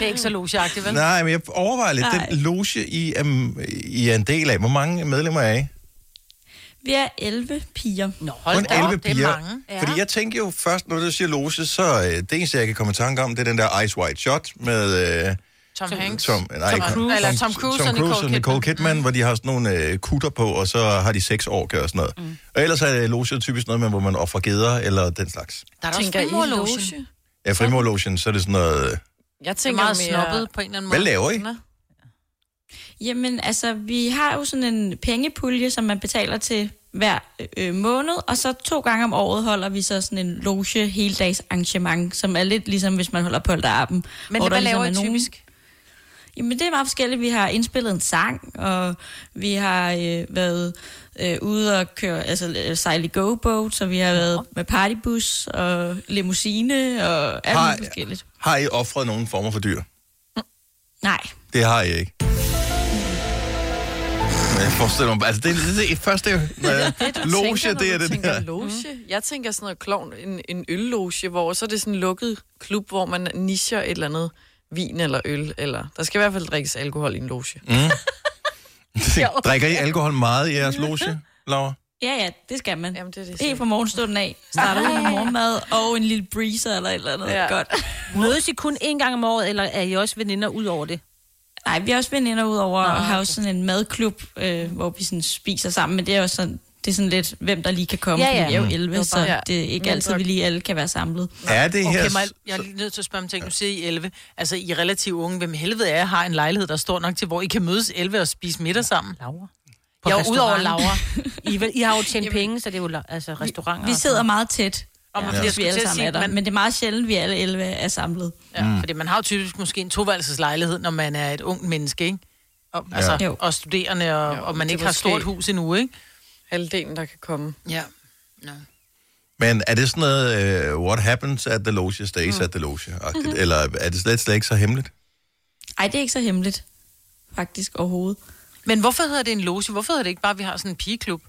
er ikke så logeagtigt, vel?
nej, men jeg overvejer lidt.
Nej.
Den loge, I er, I er en del af, hvor mange medlemmer er I?
Vi er 11 piger. Nå,
Kun 11 piger. Fordi jeg tænker jo først, når du siger loge, så øh, det eneste, jeg kan komme i tanke om, det er den der Ice White Shot med... Øh,
Tom Hanks.
Tom, nej, ikke-
Cruise. Eller Tom Cruise og Nicole
og Nicole Kidman, mm. hvor de har sådan nogle øh, kutter på, og så har de seks år og sådan noget. Mm. Og ellers er loger typisk noget med, hvor man offrer geder eller den slags.
Der er da også
Tænker I
frimurlogen.
loge?
Ja, frimorlogen, så er det sådan noget... øh,
Jeg
tænker
tænker
meget
mere-
snobbet på en eller anden måde.
Hvad laver I?
Jamen, altså, vi har jo sådan en pengepulje, som man betaler til hver øh, måned, og så to gange om året holder vi så sådan en loge heldags arrangement, som er lidt ligesom, hvis man holder på appen.
Men hvad laver I typisk?
ligesom Jamen, det er meget forskelligt. Vi har indspillet en sang, og vi har øh, været øh, ude og køre, altså øh, sejle i go-boat, så vi har været med partybus og limousine og alt muligt forskelligt.
Har I offret nogen former for dyr?
Nej.
Det har I ikke. Men jeg forestiller mig, bare- altså det, det, det, det første når jeg, loge, det er det der.
Loge? Mm. Jeg tænker sådan noget klovn, en, en ølloge, hvor så er det sådan en lukket klub, hvor man nischer et eller andet vin eller øl. Eller, der skal i hvert fald drikkes alkohol i en loge.
[laughs]
Mm. Drikker I alkohol meget i jeres loge, Laura?
Ja, ja, det skal man. Jamen, det er det, Helt fra morgenstunden af. Starter [laughs] ud med
Ej.
morgenmad og en lille breezer eller et eller andet.
Ja.
Ja. Godt.
Mødes I kun én gang om året, eller er I også veninder ud over det?
Nej, vi er også veninder ud over og har også sådan en madklub, øh, hvor vi sådan spiser sammen. Men det er jo sådan, det er sådan lidt, hvem der lige kan komme.
Ja,
Ja,
ja.
ja. Vi er jo
Mm.
11,
Det var
så
bare-
det er ikke
Ja.
altid, vi lige alle kan være samlet.
[laughs] Er det her...
Okay, Maja, jeg er lige nødt til at spørge om ting. Nu siger I 11. Altså, I er relativt unge. Hvem helvede er, jeg har en lejlighed, der står nok til, hvor I kan mødes 11 og spise middag sammen?
Laura.
På jeg er udover Laura.
I, er vel- I har jo tjent penge, så det er jo la- altså restauranter.
Vi
og
sidder
sådan
meget tæt.
Og man
ja.
bliver
hvis
sgu
vi alle
til at
sammen
sige,
er der.
man-
Men det er meget sjældent, vi alle 11 er samlet. Mm.
Ja, Fordi man har jo typisk måske en toværelseslejlighed, når man er et ungt menneske, ikke? Og,
Ja.
altså,
Jo.
og studerende, og, og man
det er
ikke har et stort
måske-
hus endnu, ikke?
Halvdelen, der kan komme.
Ja.
Men er det sådan noget, uh, what happens at the loge stays mm. at the loge? Eller er det slet, slet ikke så hemmeligt?
Ej, Mhm. det er ikke så hemmeligt, faktisk, overhovedet.
Men hvorfor hedder det en loge? Hvorfor hedder det ikke bare, at vi har sådan en pigeklub?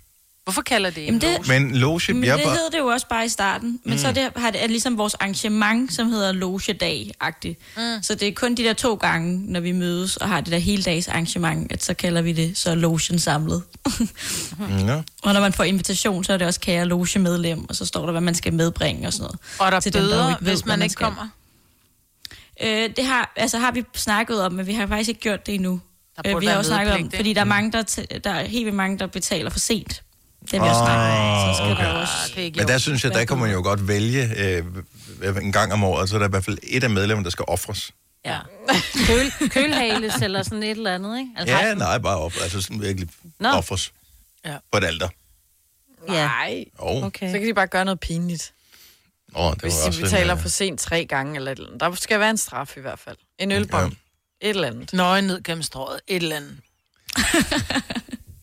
Hvorfor kalder det en
Jamen, det-
loge?
Men loge,
Men
jeg
det
var-
hed det jo også bare i starten. Men
Mm.
mm. så er det, har det, er det ligesom vores arrangement, som hedder Logedag-agtigt. Mm. Så det er kun de der to gange, når vi mødes og har det der hele dags arrangement, at så kalder vi det så logen samlet.
Ja.
Og når man får invitation, så er det også kære logemedlem, og så står der, hvad man skal medbringe og sådan noget.
Og er der
Til dem,
bøder,
jo
ikke
ved,
hvis
hvad
man ikke
skal.
kommer?
Øh, det har, altså, har vi snakket om, men vi har faktisk ikke gjort det endnu.
Der burde
Øh, vi
være
har også snakket om,
mødepligt, ikke?
fordi der er,
Mm.
mange, der, t- der er helt vildt mange, der betaler for sent. Det har vi også snakket om. Så skal okay. der
Ah,
også...
Ah, Men der synes jeg, der kan man jo godt vælge øh, en gang om året, så er der i hvert fald et af medlemmerne, der skal ofres.
Ja. Køl, kølhales eller sådan et eller andet, ikke? Altså,
Ja, nej, bare op. Altså sådan virkelig
Nå.
ofres
Ja.
på et alter.
Nej.
Jo.
Okay. Så kan de bare gøre noget pinligt.
Åh, det
Hvis
var også
de
en,
betaler
øh,
for sent tre gange eller et eller andet. Der skal være en straf i hvert fald. En ølbong. Et eller andet.
Nøje ned gennem strået. Et eller andet.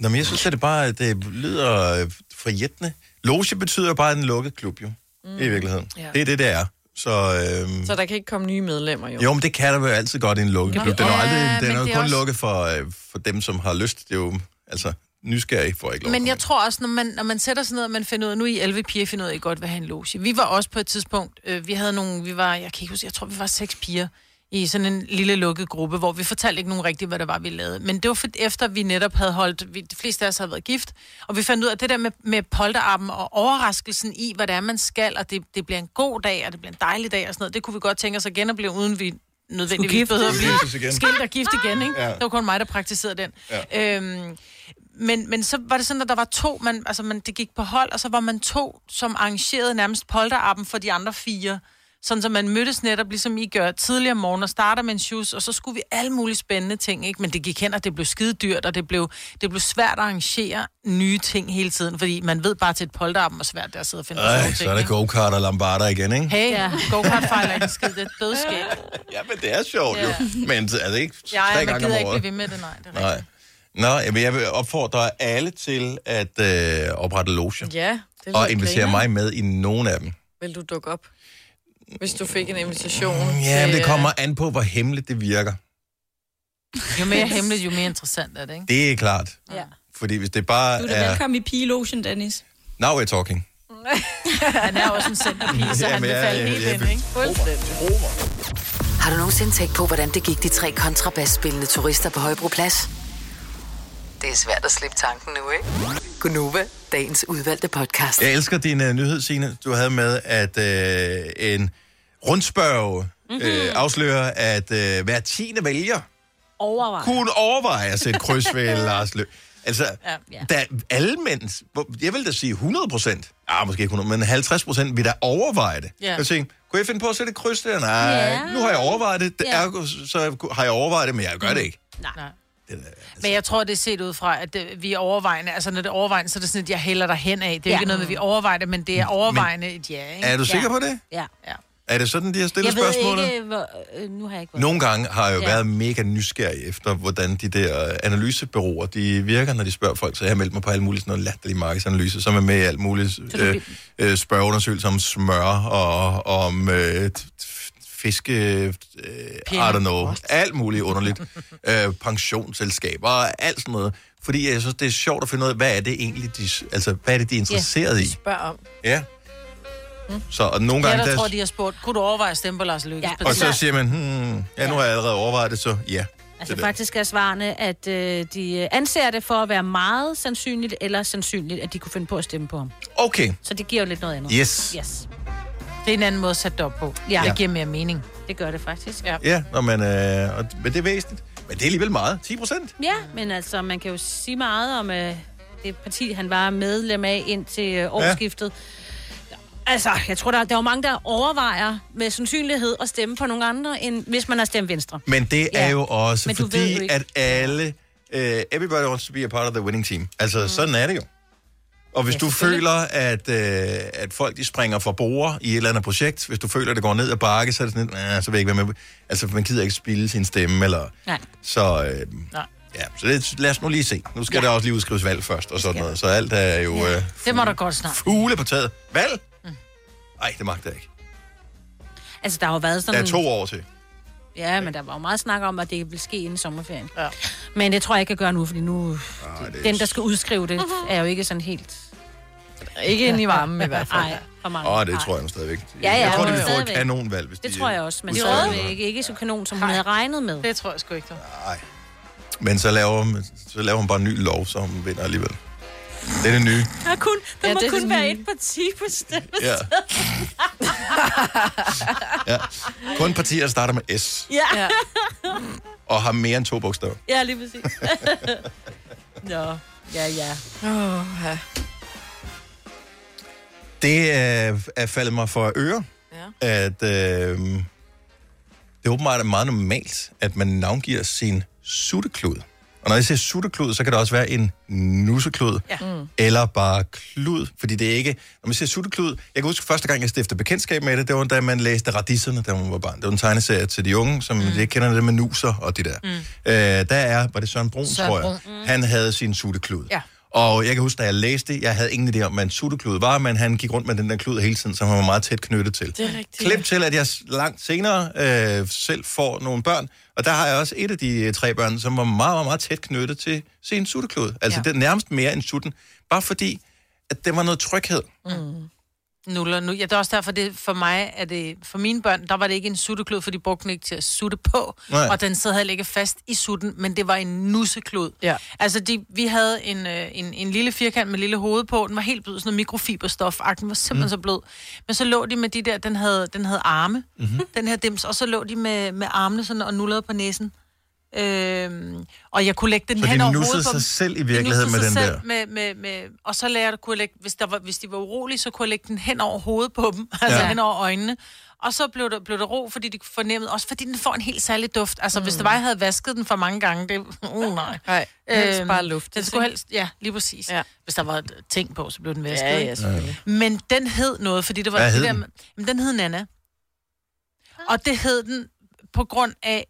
Nå, men jeg synes, at det bare det lyder øh, forjættende. Loge betyder jo bare en lukket klub, jo. Mm. I virkeligheden.
Ja.
Det er det, det er. Så, øhm,
Så der kan ikke komme nye medlemmer, jo.
jo, men det kan der jo altid godt i en lukket
Nå,
klub. Den er, jo
ja,
aldrig, den
men
er jo
det
kun
er også-
lukket for, øh, for dem, som har lyst. Det er jo, altså, nysgerrig får ikke lov.
Men jeg tror også, når man, når man sætter sig ned, og man finder ud af, nu er I 11 piger, finder ud af, at I godt vil have en loge. Vi var også på et tidspunkt, øh, vi havde nogle, vi var, jeg kan ikke huske, jeg tror, vi var seks piger i sådan en lille lukket gruppe, hvor vi fortalte ikke nogen rigtigt, hvad det var, vi lavede. Men det var for, efter, vi netop havde holdt, vi, de fleste af os havde været gift, og vi fandt ud af at det der med, med polterappen og overraskelsen i, hvad det er, man skal, og det, det bliver en god dag, og det bliver en dejlig dag og sådan noget, det kunne vi godt tænke os at genopleve, uden vi nødvendigvis
giftes.
behøver at
Giftes
blive
igen.
skilt og gift igen. Ikke?
Ja.
Ja. Det var kun mig, der praktiserede den. Ja. Øhm, men, men så var det sådan, at der var to, man, altså man, det gik på hold, og så var man to, som arrangerede nærmest polterappen for de andre fire. Sådan, så man mødtes netop, ligesom I gør tidligere om morgenen, og starter med en shoes, og så skulle vi alle mulige spændende ting, ikke? Men det gik hen, og det blev skide dyrt, og det blev, det blev svært at arrangere nye ting hele tiden, fordi man ved bare til et polterappen, hvor svært det er at sidde og finde på sådan
Ej,
nogle
så
ting.
er der
ikke?
go-kart og lambarder igen, ikke?
Hey, ja. go-kart fejler ikke en skid, det er dødskægt.
Ja, men det er sjovt
Ja.
jo. Men er det ikke
Ja,
tre
ja, man
gange om
gider
året?
ikke blive ved med det, nej. Det er
Nej. Nå, jamen, jeg vil opfordre alle til at øh, oprette loger.
Ja, det lyder
og invitere
grineren.
mig med i nogen af dem.
Vil du dukke op, hvis du fik en invitation?
Mm,
Øh,
Ja, men
til-
det kommer an på, hvor hemmeligt det virker.
Jo
[laughs]
mere hemmeligt, jo mere interessant er det, ikke?
Det er klart.
Ja.
Fordi hvis det bare
Du er da
er...
velkommen i pigelogen, Dennis.
Now we're talking.
Han er også en centerpige,
så han Jamen, vil ja, falde ja, helt ja, ind, ja.
ikke?
Har du nogensinde tænkt på, hvordan det gik de tre kontrabasspillende turister på Højbroplads? Det er svært at slippe tanken nu, ikke? Gunova, dagens udvalgte podcast.
Jeg elsker din uh, nyhed, Signe, du havde med, at uh, en rundspørg mm-hmm. uh, afslører, at uh, hver tiende vælger
Overvej.
kunne overveje at sætte kryds ved Lars Løb. Altså, ja. da alle mænd, hvor- jeg vil da sige 100 procent, ah, måske ikke 100, men 50 procent vil da overveje det.
Ja.
Ja. Jeg tænker, kunne jeg finde på at sætte et kryds der? Nej,
Ja.
ja. nu har jeg overvejet det, det
Ja.
ja. ergo, så har jeg overvejet det, men jeg gør det altså- ikke.
Nej. Men jeg tror, det er set ud fra, at øh, vi er overvejende. Altså, når det er overvejende, så er det sådan, at jeg hælder dig hen af. Det er ja.
Ja.
ikke noget med, at vi overvejer det, men det er overvejende et ja, ikke?
Er du sikker på det?
Ja.
ja.
Er det sådan, de har stillet
Jeg
spørgsmålet?
ved ikke, hvor, øh, nu har jeg ikke været-
Nogle gange har jeg jo ja. været mega nysgerrig efter, hvordan de der øh, analysebureauer, de virker, når de spørger folk. Så jeg har meldt mig på alle mulige sådan noget latterlige markedsanalyse, som er med i alt muligt øh, øh, spørgeundersøgelser om smør og om øh, t- t- fiske, øh,
[laughs]
I don't know, alt muligt underligt. øh, pensionsselskaber og alt sådan noget. Fordi jeg synes, det er sjovt at finde ud af, hvad er det egentlig, de, altså, hvad er det, de er interesseret
ja,
i?
Spørg om.
Ja.
Mm.
Så og nogle
Ja,
gange...
der tror, de har spurgt, kunne du overveje at stemme på Lars Løkke? Ja.
og så siger man, hmm, ja, nu har jeg allerede overvejet det, så ja.
Altså
Det der.
faktisk er svarene, at øh, de anser det for at være meget sandsynligt eller sandsynligt, at de kunne finde på at stemme på ham.
Okay.
Så det giver jo lidt noget andet.
Yes.
yes.
Det er en anden måde at sætte det op på.
Ja.
Ja. Det giver mere mening.
Det gør det faktisk.
Ja.
Ja, når man, øh, og, men det er væsentligt. Men det er alligevel meget. 10 procent.
Ja, men altså, man kan jo sige meget om øh, det parti, han var medlem af indtil øh, årsskiftet. Ja. Altså, jeg tror, der, der er jo mange, der overvejer med sandsynlighed at stemme på nogle andre, end hvis man har stemt venstre.
Men det er
Ja.
jo også
Men du ved
fordi,
jo ikke.
at alle... Øh, everybody wants to be a part of the winning team. Altså, mm. sådan er det jo. Og hvis ja, du føler, at, øh, at folk de springer fra borger i et eller andet projekt, hvis du føler, at det går ned ad bakke, så er det sådan, lidt, "Ah, så vil jeg ikke være med. på-" Altså, man gider ikke spille sin stemme, eller...
Nej.
Så, øh,
Nej.
ja, så det, lad os nu lige se. Nu skal ja. der også lige udskrives valg først, og sådan noget. Så alt er jo øh,
Det må der godt snart.
fugle på taget. Valg?
Mm.
Nej, det magter jeg ikke.
Altså, der har jo været
Der
sådan...
er to år til.
Ja, men der var jo meget snak om, at det ville ske inden sommerferien. Ja. Men det tror jeg ikke, jeg kan gøre nu, fordi nu...
Ah, det er
Den, der skal udskrive det,
Mhm.
er jo ikke sådan helt...
Ikke inde i varmen
[laughs]
i hvert fald.
Nej, for mange.
Åh, det
Nej.
tror jeg nu stadigvæk.
Ja, ja,
jeg tror,
jo,
de vil
jo.
få et
Stadigvæk.
kanonvalg, hvis
Det
de
tror jeg også, men det
udskriver
var
det.
ikke, ikke så kanon, som hun havde regnet med.
Det tror jeg sgu ikke, der.
Men så laver, hun, så laver hun bare en ny lov, så hun vinder alligevel. Det er det nye.
Der, kun,
Ja,
der ja, må
det er
kun
sådan-
være et parti på stedet. [laughs]
Ja. Ja. Kun partier, der starter med S
ja.
[laughs]
ja.
og har mere end to bogstaver.
Ja, lige
[laughs]
præcis. Nå, ja, ja.
Åh, ja.
Det øh, er faldet mig for øre, ja. at øh, det er åbenbart meget normalt, at man navngiver sin sutteklud. Og når jeg siger sutteklud, så kan det også være en nusseklud.
Ja. Mm.
eller bare klud, fordi det er ikke... Når man siger sutteklud, jeg kan huske første gang, jeg stiftede bekendtskab med det, det var da man læste Radisserne, da man var barn. Det var en tegneserie til de unge, som mm. de ikke kender det med nuser og det der. Mm. Øh, der er, var det Søren Brun,
Søren
Søren tror jeg,
Brun,
mm. han havde sin sutteklud.
Ja.
Og jeg kan huske, da jeg læste det, jeg havde ingen idé om, hvad en sutteklud var, men han gik rundt med den der klud hele tiden, som han var meget tæt knyttet til.
Det er rigtigt.
Klip til, at jeg s- langt senere øh, selv får nogle børn, og der har jeg også et af de øh, tre børn, som var meget, meget, meget tæt knyttet til sin sutteklod. Altså ja. det er nærmest mere end sutten, bare fordi, at det var noget tryghed.
Mm. Nuller nu. Ja, det er også derfor, det, for mig, at det, for mine børn, der var det ikke en sutteklod, for de brugte den ikke til at sutte på.
Nej.
Nej. Og den sad heller ikke fast i sutten, men det var en nusseklod.
Ja.
Altså, de, vi havde en, øh, en, en lille firkant med lille hoved på. Den var helt blød, sådan noget mikrofiberstof. Ak, Den var
Mhm.
simpelthen mm. så blød. Men så lå de med de der, den havde, den havde arme,
Mhm.
mm-hmm. den her dims, og så lå de med, med armene sådan og nullede på næsen. Øhm, og jeg kunne lægge den
Så de
hen over
nussede
hovedet på
sig
dem.
selv i
De
virkeligheden
nussede sig
med den
selv Med, med, med, og så lærte jeg, kunne jeg lægge, hvis, der var, hvis de var urolige, så kunne jeg lægge den hen over hovedet på dem, [laughs] altså
Ja.
hen over øjnene. Og så blev der, blev der ro, fordi de fornemmede, også fordi den får en helt særlig duft. Altså, mm. hvis det var, jeg havde vasket den for mange gange, det... Uh, nej.
Nej, helst bare luft.
Den skulle helst, ja, lige præcis. Ja. Hvis der var et ting på, så blev den vasket.
Ja,
ikke?
ja, selvfølgelig.
Men den hed noget, fordi det var...
Hvad hed
det
den?
med- Jamen, den hed Nana. Og det hed den på grund af,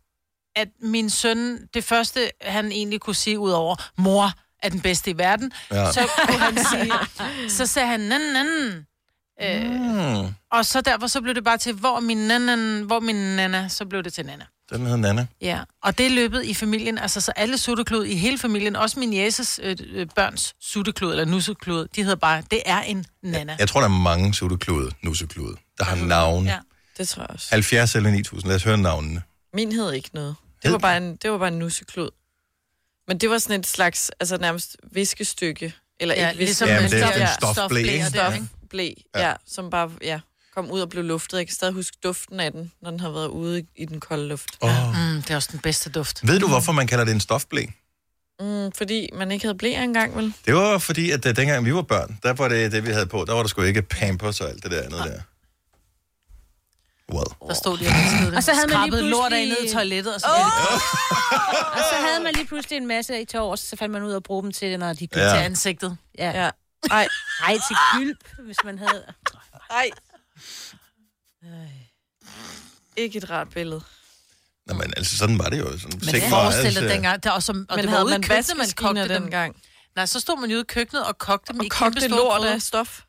at min søn, det første, han egentlig kunne sige ud over, mor er den bedste i verden,
Ja.
ja. så kunne han sige, så sagde han, nan, nan. Øh,
Mm.
og så derfor så blev det bare til, hvor er min nana, hvor er min nana, så blev det til nana.
Den hedder Nana.
Ja, og det er løbet i familien, altså så alle sutteklod i hele familien, også min jæses øh, øh, børns sutteklod eller nusseklod, de hedder bare, det er en nana.
Jeg tror, der er mange sutteklude, nusseklude, der har navne. Ja.
Ja.
Det tror jeg også.
70 eller 9000, lad os høre navnene.
Min hed ikke noget. Det var bare en, det var bare en nusseklod. Men det var sådan et slags, altså nærmest viskestykke. Eller
Ja,
ikke
ligesom
viskestykke.
Ja, men det er sådan en stofblæ, ikke?
Stofblæ, ja. ja. Som bare, ja, kom ud og blev luftet. Jeg kan stadig huske duften af den, når den har været ude i- i den kolde luft.
Åh.
Mm, det er også den bedste duft.
Ved du, hvorfor man kalder det en stofblæ?
Mm, fordi man ikke havde blæer engang, vel?
Det var fordi, at øh, dengang vi var børn, der var det det, vi havde på. Der var der sgu ikke pampers og alt det der andet der.
Der stod de og viskede det.
Og så havde man lige
Skrabede lort af
pludselig-
ned i toilettet og sådan oh!
[laughs] Og så havde man lige pludselig en masse i tår, og så fandt man ud af at bruge dem til, når de blev
Ja.
ja.
Til
til ansigt.
ansigtet.
Ja.
ja. Ej.
Ej, til gylp, hvis man havde...
Ej. Ikke et rart billede.
Nå, men altså, sådan var det jo. Sådan,
Men
sikkert
forestil dig
altså-
dengang, der, og, som, og
Men
det
havde
var ude i
man
køkkenet, man
vaskemaskiner
kogte dem.
dengang?
Nej, så stod man jo ude i køkkenet og kogte dem og i
kogte
kæmpe store
lort
gryder.
af stof.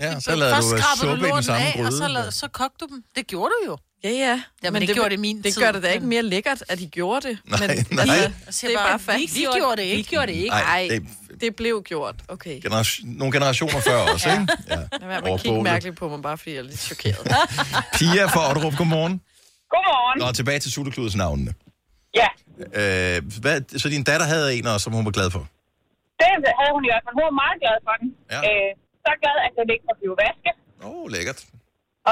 Ja, så lavede
Først
du øh,
skrabede
suppe i den
lorten
samme
af,
gryde.
Og så, lavede, så kogte du dem. Det gjorde du jo.
Ja, ja.
Jamen, det gjorde det i min
Det
tid,
gør det da ikke mere lækkert, at de gjorde det.
Nej,
men,
nej.
Altså, det er bare fakt.
Vi gjorde det ikke.
Vi gjorde det ikke.
Nej,
Nej, det blev gjort. Okay.
Generation, nogle generationer før også, ikke?
Ja. Lad være med at kigge
Overbålet.
mærkeligt på mig, bare fordi jeg er lidt chokeret.
Pia fra Otterup, godmorgen.
Godmorgen.
Nå, tilbage til suttekludets navnene.
Ja.
Øh, hvad, så din datter havde en, og som hun var glad for?
Det havde hun jo også, men hun var meget glad for den.
Ja.
Øh, så glad, at den ikke var blevet vasket.
Åh, oh, lækkert.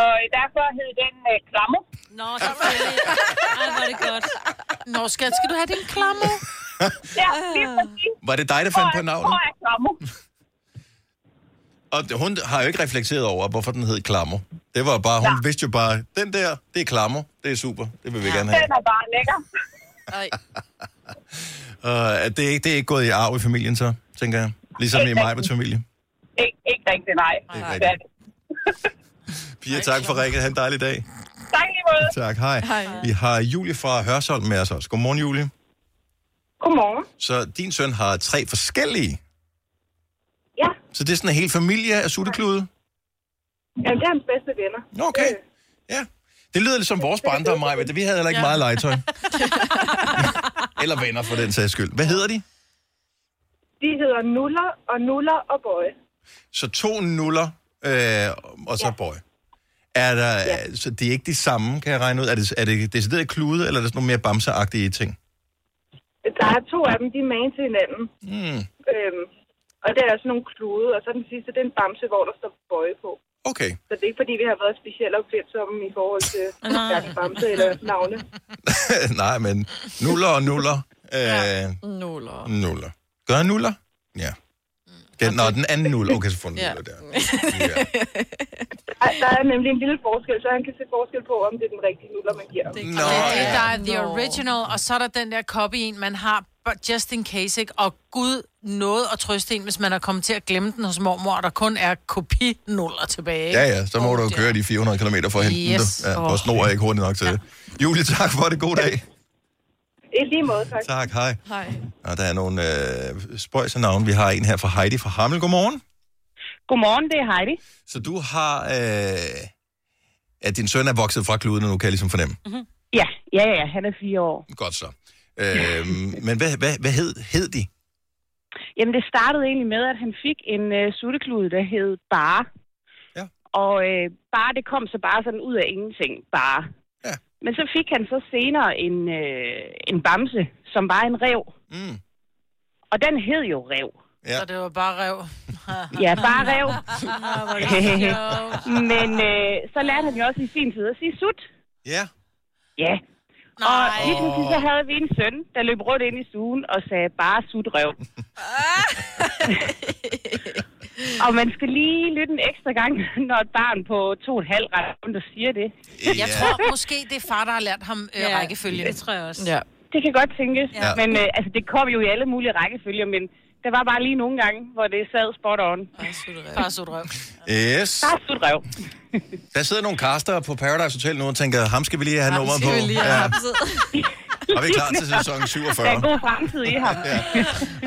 Og derfor hed den øh, Klammer.
Nå, selvfølgelig. Ej, hvor er det godt.
Nå, skat, skal du have din klammer?
ja, lige præcis.
Var det dig, der fandt
Hvor
på
er-
navnet?
Hvor er Klammer?
Og hun har jo ikke reflekteret over, hvorfor den hed Klammer. Det var bare, hun vidste jo bare, den der, det er Klammer, det er super, det vil vi gerne have.
Den er bare lækker.
Og øh, det, er ikke, det er ikke gået i arv i familien så, tænker jeg. Ligesom i Majbets familie.
Ik- ikke rigtig, nej.
Ikke
Det
rigtigt.
er det.
Pia, tak for rækket. Ha' en dejlig dag.
Tak lige måde.
Tak, hej.
Hej.
Vi har Julie fra Hørsholm med os også. Godmorgen, Julie.
Godmorgen.
Så din søn har tre forskellige.
Ja.
Så det er sådan en hel familie af sutteklude.
Jamen, det er hans bedste venner.
Okay. Ja. Det lyder lidt som vores barndom, Maja. Vi havde heller ikke meget legetøj. Eller venner, for den sags skyld. Hvad hedder de?
De hedder Nuller og Nuller og Bøje.
Så to nuller, øh, og så ja. boy. Er der, ja. Så det er ikke de samme, kan jeg regne ud? Er det, er det decideret klude, eller er det sådan nogle mere bamseagtige ting?
Der er to af dem, de er man til hinanden.
Mm.
Øhm, og der er sådan nogle klude, og så den sidste, det er en bamse, hvor der står bøje på.
Okay. [laughs]
Så det er ikke, fordi vi har været specielt opfindsomme i forhold til hverken bamse eller navne.
Nej, men nuller og nuller. Øh, [laughs] ja.
Nuller.
Nuller. Gør en nuller? Ja. Den, nå, den anden nuller. Okay, så får den
Ja.
nuller der.
Der, der er nemlig en lille forskel, så han kan se forskel på, om det er den rigtige nuller, man giver.
Nå,
Det er
ja.
der er the original, og så er der den der copy en, man har but just in case, ikke? Og Gud nåede at trøste en, hvis man er kommet til at glemme den hos mormor, og der kun er kopinuller tilbage. ikke?
Ja, ja, så må
Åh,
oh, du jo
det-
køre de 400 km for at hente
Yes.
den. du. Ja,
Åh.
og snor er ikke hurtigt nok til det. Julie, tak for det. God dag.
I lige måde, tak.
Tak, hej.
Hej.
Og der er nogle øh, spøjs af navn. Vi har en her fra Heidi fra Hammel. Godmorgen.
Godmorgen, det er Heidi.
Så du har... Øh, at din søn er vokset fra kluden, nu kan jeg ligesom fornemme.
Ja, ja, ja, han er fire år.
Godt så. Øh, [laughs] men hvad, hvad, hvad hed, hed de?
Jamen, det startede egentlig med, at han fik en øh, sutteklud, der hed Bare.
Ja.
Og øh, Bare, det kom så bare sådan ud af ingenting, Bare.
Ja.
Men så fik han så senere en, øh, en bamse, som var en rev.
Mm.
Og den hed jo Rev.
Ja.
Så det var bare rev.
Ja, bare rev.
[laughs] Hvor er det sjovt.
[laughs] Men øh, så lærte han jo også i sin tid at sige sut.
Ja.
Ja. Og lige pludselig så havde vi en søn, der løb rundt ind i stuen og sagde bare sut røv.
Ah.
[laughs] og man skal lige lytte en ekstra gang, når et barn på to og et halvt ret rundt og siger det.
Jeg tror måske, det er far, der har lært ham øh,
Ja,
rækkefølgen.
det
tror jeg også.
Ja.
Det kan godt tænkes,
Ja.
ja. men øh, altså, det kom jo i alle mulige rækkefølger, men der var bare lige nogle gange, hvor det sad spot on.
Bare sut røv.
Yes.
Bare sut røv.
Der sidder nogle kaster på Paradise Hotel nu og tænker, ham skal vi lige have nummeret på. ja. Og vi er klar til [laughs] sæson 47.
Der er en god fremtid i ham.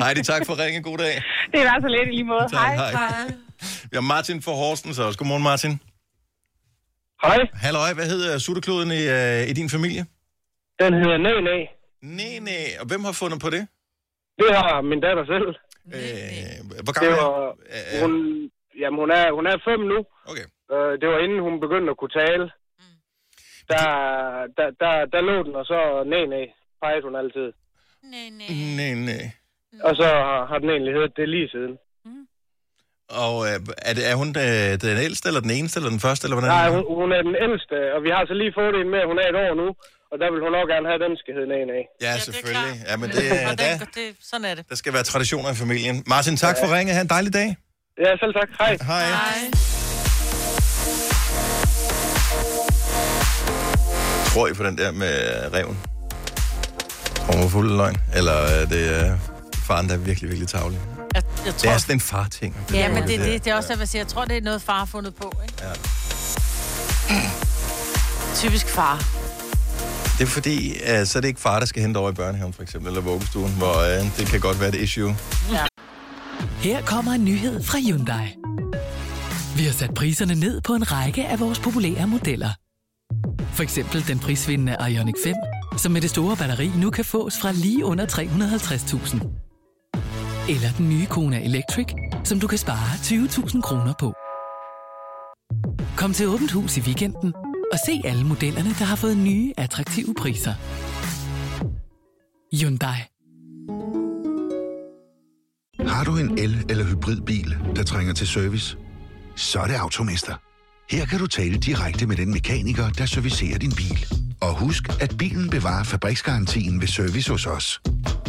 Heidi, tak for ringen. God dag.
Det er bare så let i lige måde.
Tak, hej. Vi har Martin fra Horsens også. Godmorgen, Martin.
Hej.
Halløj, hvad hedder suttekloden i, øh, i din familie?
Den hedder Næ-Næ.
Næ-Næ. Og hvem har fundet på det?
Det har min datter selv.
Øh, hvor
det
gammel
var, hun, jamen, hun, er, hun er fem nu.
Okay. Mm.
Øh, det var inden hun begyndte at kunne tale. Der, der, der, der lå den, og så Næ-Næ pegede hun altid.
Næ-Næ.
Mm.
Og så har, har den egentlig heddet det lige siden.
Og øh, er, det, er hun øh, den ældste, eller den eneste, eller den første, eller hvordan?
Nej, hun, hun er den ældste, og vi har så lige fået en med, at hun er et år nu. Og der vil hun nok gerne have, at den skal hedde Næ-Næ.
Ja, selvfølgelig. Ja, men det,
[laughs]
er- der,
Det, sådan er det.
der skal være traditioner i familien. Martin, tak for ringet. Ha' en dejlig dag.
Ja, selv tak. Hej.
Hej. Tror I på den der med øh, reven? Tror hun var fuld af løgn? Eller er det øh, faren, der er virkelig, virkelig tavlig?
Jeg, jeg
Det
tror,
er sådan en far-ting.
ja, men det, det, det er
der.
også, hvad jeg siger. Jeg tror, det er noget, far har fundet på, ikke?
Ja.
Typisk far.
Det er fordi, øh, så er det ikke far, der skal hente over i børnehaven, for eksempel, eller vuggestuen, hvor øh, det kan godt være et issue.
Ja.
Her kommer en nyhed fra Hyundai. Vi har sat priserne ned på en række af vores populære modeller. For eksempel den prisvindende Ioniq 5, som med det store batteri nu kan fås fra lige under 350.000. Eller den nye Kona Electric, som du kan spare 20.000 kroner på. Kom til Åbent Hus i weekenden og se alle modellerne, der har fået nye, attraktive priser. Hyundai.
Har du en el- eller hybridbil, der trænger til service? Så er det Automester. Her kan du tale direkte med den mekaniker, der servicerer din bil. Og husk, at bilen bevarer fabriksgarantien ved service hos os.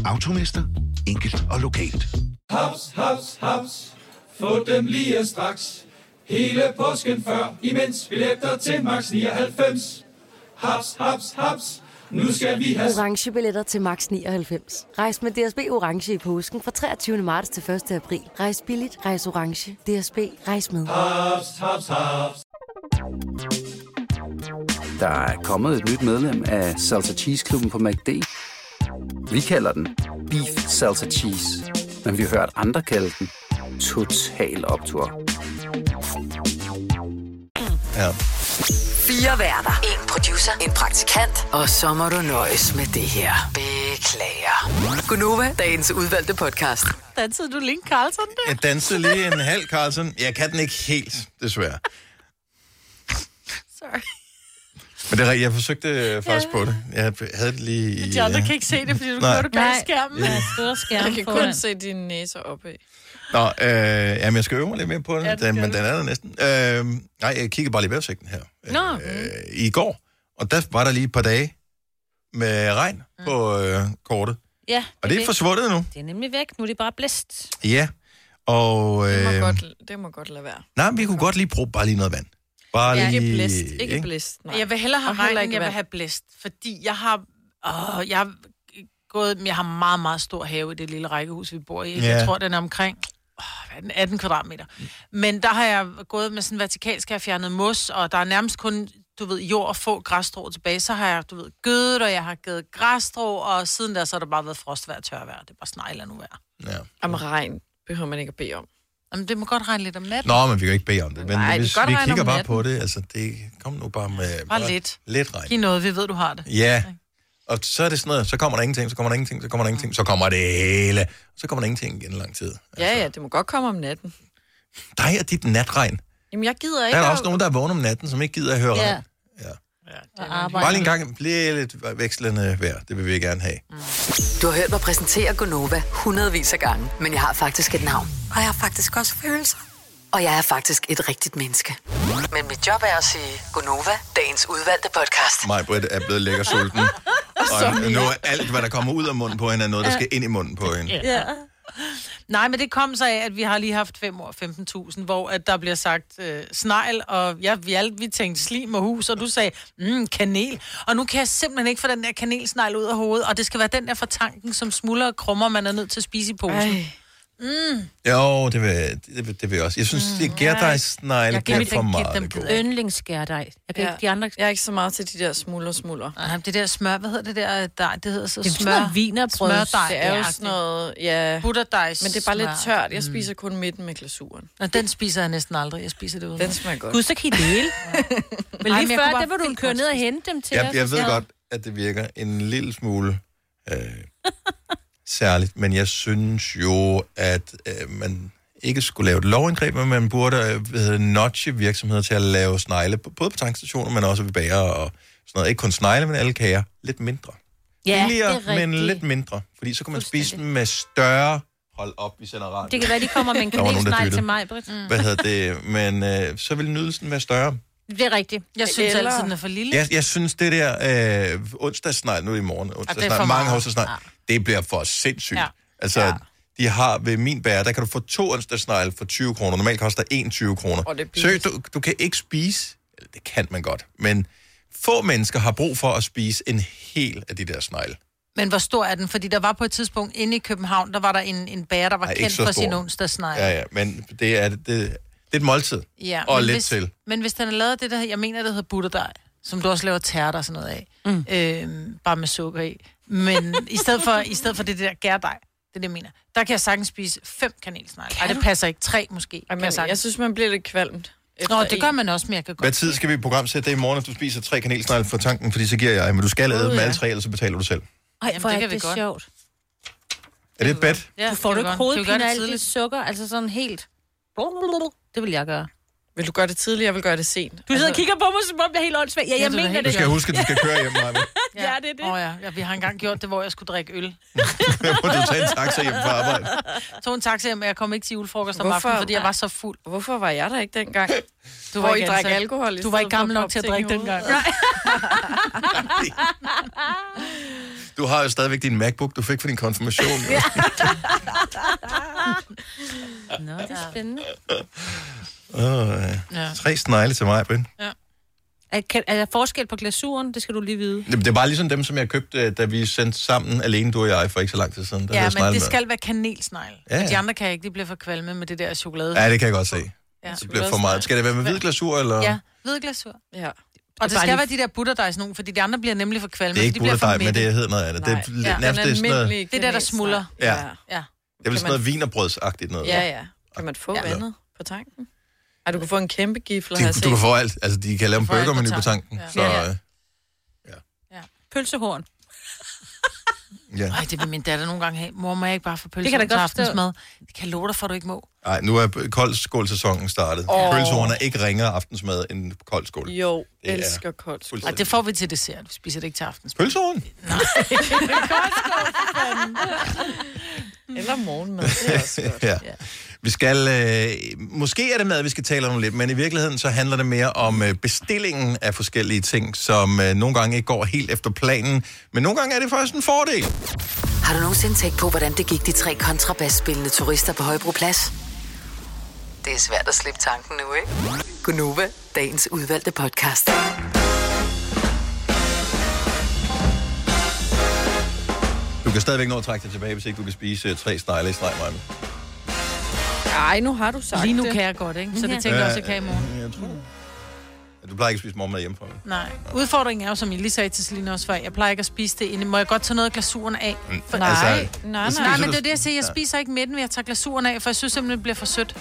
Automester. Enkelt og lokalt.
Haps, haps, haps. Få dem lige straks. Hele påsken før, imens billetter til max 99. Haps, haps, haps. Nu skal vi have...
orange billetter til max 99. Rejs med DSB orange i påsken fra 23. marts til 1. april. Rejs billigt, rejs orange. DSB rejs med.
Haps, haps, haps.
Der er kommet et nyt medlem af Salsa Cheese Klubben på MACD. Vi kalder den Beef Salsa Cheese, men vi har hørt andre kalde den Total Optor.
Ja.
Fire værter. En producer. En praktikant. Og så må du nøjes med det her. Beklager. Gunova, dagens udvalgte podcast.
Dansede du Link Carlson der?
Jeg dansede lige en halv, Carlsen. Jeg kan den ikke helt, desværre.
Sorry.
Men det er rigtigt, jeg forsøgte øh, faktisk ja. på det. Jeg havde det lige... i,
De andre
øh,
kan ikke se det, fordi du
Nej.
kører du kører i skærmen.
Ja.
Jeg stod skærmen Jeg kan kun
foran.
se dine næser opad.
Nå, øh, jamen, jeg skal øve mig lidt mere på den,
Ja,
ja,
det
den
skal
men
du.
den er der næsten. Øh, nej, jeg kiggede bare lige vejrudsigten her
Nå.
øh, i går, og der var der lige et par dage med regn mm. på øh, kortet.
Ja,
Og det er
væk.
forsvundet nu.
Det er nemlig væk. Nu er det bare blæst.
Ja, og... Øh,
Det må, godt, det må godt lade være.
Nej, men vi kunne godt lige bruge bare lige noget vand. Bare
Ja,
lige,
ikke blæst. Ikke blæst. Nej.
Jeg vil hellere have
Og heller
regn, end
ikke
jeg vil
vand.
have blæst. Fordi jeg har... Åh, jeg har gået... Jeg har meget, meget stor have i det lille rækkehus, vi bor i. Ja.
Ja.
Jeg tror, den er omkring åh, hvad er den, 18 kvadratmeter. Men der har jeg gået med sådan vertikalt, skal jeg fjernet mos, og der er nærmest kun du ved, jord og få græsstrå tilbage, så har jeg, du ved, gødet, og jeg har givet græsstrå, og siden der, så har der bare været frostvejr og tørvejr. Det er bare snegler nu vejr.
Om regn behøver man ikke at bede om.
Jamen, det må godt regne lidt om natten.
Nå, men vi kan jo ikke bede om det.
Nej,
Men
det
Nej,
kan
hvis
godt
vi
regne om
kigger bare
natten.
på det, altså det kom nu bare med...
Bare lidt.
Lidt regn.
Giv noget, vi ved, du har det.
Ja. Og så er det sådan noget, så kommer der ingenting, så kommer der ingenting, så kommer der ingenting, så kommer det hele. Så kommer der ingenting igen i lang tid.
Ja, ja, det må godt komme om natten.
Dig og dit natregn.
Jamen, jeg gider ikke
Der er der også nogen, der er vågne om natten, som ikke gider at høre ja.
Ja.
Og arbejde.
Bare lige en gang, bliver lidt vekslende vejr. Det vil vi gerne have.
Du har hørt mig præsentere Gunova hundredvis af gange, men jeg har faktisk et navn.
Og jeg har faktisk også følelser.
Og jeg er faktisk et rigtigt menneske. Men mit job er at sige Gunova, dagens udvalgte podcast.
Mig, Britt, er blevet lækker
[laughs]
sulten. Og
Som
nu er alt, hvad der kommer ud af munden på hende, er noget, der skal ind i munden på hende.
Ja. Nej, men det kom så af, at vi har lige haft 5 år 15.000, hvor at der bliver sagt øh, snegl, og ja, vi, alle, vi tænkte slim og hus, og du sagde, mm, kanel. Og nu kan jeg simpelthen ikke få den der kanelsnegl ud af hovedet, og det skal være den der fra tanken, som smuldrer og krummer, man er nødt til at spise i posen. Ej. Mm.
Jo, det vil, det vil, det vil jeg også. Jeg synes, det er gærdejsnegle, det er for meget. det gode.
yndlingsskærdej. Jeg kan ikke de andre...
Jeg er ikke så meget til de der smuller smuller.
Nej, det der smør, hvad hedder det der øh, dej? Det hedder så
Det er sådan
smør.
noget wienerbrød.
Smørdej.
Det er jo sådan noget, ja.
Butterdejs.
Men det er bare lidt
smør.
tørt.
Mm.
Jeg spiser kun midten med glasuren.
Nå, den spiser jeg næsten aldrig. Jeg spiser det uden.
Den smager godt.
Gud, så kan I
[laughs]
dele. Men
Ej,
lige
men jeg
før,
kunne bare
der var du
vildt
køre
godt
ned og hente dem til
Jeg,
os.
jeg ved godt, at det virker en lille smule øh, særligt, men jeg synes jo, at øh, man ikke skulle lave et lovindgreb, men man burde øh, hvad hedder det, notche virksomheder til at lave snegle, b- både på tankstationer, men også ved bager og sådan noget. Ikke kun snegle, men alle kager. Lidt mindre.
Ja, det er
Billigere, men
rigtigt.
lidt mindre. Fordi så kan man spise dem med større... Hold op, vi sender radio.
Det kan være, de kommer med en
[laughs] Der var nogen, der
kanelsnegl
dyttede.
til mig, Britt. Mm.
Hvad hedder det? Men øh, så vil nydelsen være større.
Det er rigtigt.
Jeg synes Eller... altid, den er for lille.
Jeg, jeg synes, det der øh, onsdagssnegl, nu er det i morgen,
det er for
onsdagssnegl, mange
meget.
onsdagssnegl, ja. det bliver for sindssygt.
Ja.
Ja. Altså, ja. de har ved min bære, der kan du få to onsdagssnegle for 20 kroner. Normalt koster en 20 kroner.
Og det er
Seriøst, du, du kan ikke spise, eller det kan man godt, men få mennesker har brug for at spise en hel af de der snegle.
Men hvor stor er den? Fordi der var på et tidspunkt inde i København, der var der en, en bager, der var
Ej,
Ej,
ikke
kendt
så
for
stor.
sin onsdagsnegle.
Ja, ja, men det er, det, det er et måltid.
Ja,
og
men
lidt
hvis,
til.
Men hvis den er lavet af det der, jeg mener, det hedder butterdej, som du også laver tærter og sådan noget af, mm. øhm, bare med sukker i. Men i stedet for, i stedet for det der gærdej, det er det, jeg mener, der kan jeg sagtens spise fem kanelsnegle. Nej, det passer ikke. Tre måske. Kan
Ej, men, jeg,
sagtens.
synes, man bliver lidt kvalmt. efter
Nå, det gør man også, men jeg kan godt.
Hvad tid skal vi programsætte det i morgen, at du spiser tre kanelsnegle fra tanken? Fordi så giver jeg, men du skal lade
Gud,
med
ja.
alle tre, ellers så betaler du selv.
Ej, hvor
det
er
kan vi
det
godt.
sjovt.
Er det et bet?
Ja,
du får
det
du
kan
ikke
vi godt. Kan vi gøre
hovedpine
det
af alt det
tidligt?
sukker, altså sådan helt... Det vil jeg gøre.
Vil du gøre det tidligt, jeg vil gøre det sent. Altså-
Du sidder og kigger på mig, som om det er helt åndssvagt. Ja,
Ja,
jeg
du er
mener
helt-
det.
Du skal huske, at du skal køre hjem,
[laughs]
Maja.
[laughs] Ja, det er det.
Åh oh, ja. ja, vi har engang gjort det, hvor jeg skulle drikke øl.
Må du tage en taxa hjem fra arbejde?
Jeg tog en taxa hjem, og jeg kom ikke til julefrokost om
Hvorfor?
aftenen, fordi jeg var så fuld.
Hvorfor var jeg der ikke dengang?
[laughs] Du
Hvor
var
I
ikke
drak
ansat.
alkohol i
Du var
stedet
ikke
for
gammel
at
nok til at
proppe ting
drikke
i
dengang.
hovedet.
Du har jo stadigvæk din MacBook, du fik for din
[laughs]
konfirmation. jo.
Nå, det er spændende.
[laughs] Åh,
Ja.
ja. Tre snegle til mig, Ben.
Er, kan, er der forskel på glasuren? Det skal du lige vide.
Det, det er bare ligesom dem, som jeg købte, øh, da vi sendte sammen, alene du og jeg, for ikke så lang tid siden. Der
Ja,
hedder
men
snegle
det
med.
skal være kanelsnegl.
Ja,
Ja.
ja.
De andre kan jeg ikke, de bliver for kvalme med det der chokolade.
Ja, det kan jeg godt se.
Ja.
Det bliver for meget. Skal det være med hvid glasur, eller?
Ja, hvid glasur.
Ja.
Og det
bare
skal
lige-
være de der butterdejs nogen, fordi de andre bliver nemlig for kvalme.
Det er ikke
de bliver for
butterdej, men
mætte.
det hedder noget andet. Det er
Ja.
nærmest det er sådan noget,
Det er der, der smuldrer.
Ja.
ja.
det er vel
Kan
sådan noget vinerbrødsagtigt noget.
Ja, ja. Kan man få ja. vandet på tanken? Ej, du kan få en kæmpe gifle, har jeg
De,
set.
du kan få alt. Altså, de kan lave en
Du får alt på
burgermenu på
tanken.
tanken.
Ja.
Så,
Ja, ja.
øh,
Pølsehorn.
øh, ja.
Ej, det vil min datter nogle gange have. Mor, må jeg ikke bare få pølser
Det kan jeg da
til
godt forstå.
aftensmad? Det kan jeg love dig for, at du ikke må.
Ej, nu er koldskålsæsonen startet.
Åh.
Oh. Pølsehorn er ikke ringere aftensmad end koldskål.
Jo,
Det er
elsker koldt.
fuldstændig.
Ej, det får vi til dessert. Vi spiser det ikke til aftensmad.
Pølsehorn?
Eller morgenmad, det er også godt.
[laughs] ja. Vi skal, øh, måske er det mad, vi skal tale om lidt, men i virkeligheden så handler det mere om øh, bestillingen af forskellige ting, som øh, nogle gange ikke går helt efter planen, men nogle gange er det faktisk en fordel.
Har du nogensinde tænkt på, hvordan det gik de tre kontrabasspillende turister på Højbroplads? Det er svært at slippe tanken nu, ikke? Gunova, dagens udvalgte podcast.
Du kan stadigvæk nå at trække dig tilbage, hvis ikke du kan spise øh, tre snegle i streg, Maja.
Ej, nu har du sagt
Lige nu
det.
kan jeg godt, ikke? Så det tænker jeg også, jeg kan i morgen.
Jeg tror. Du plejer ikke at spise morgenmad hjemmefra. vel?
Nej. Udfordringen er jo, som I lige sagde til Celine også før, jeg plejer ikke at spise det inde. Må jeg godt tage noget af glasuren af?
Mm,
For...
altså,
nej,
så
nej, nej.
spiser
Nej, men
du-
det er det, jeg siger. Jeg
Ja.
spiser ikke midten, men jeg tager glasuren af, for jeg synes simpelthen, det bliver for sødt.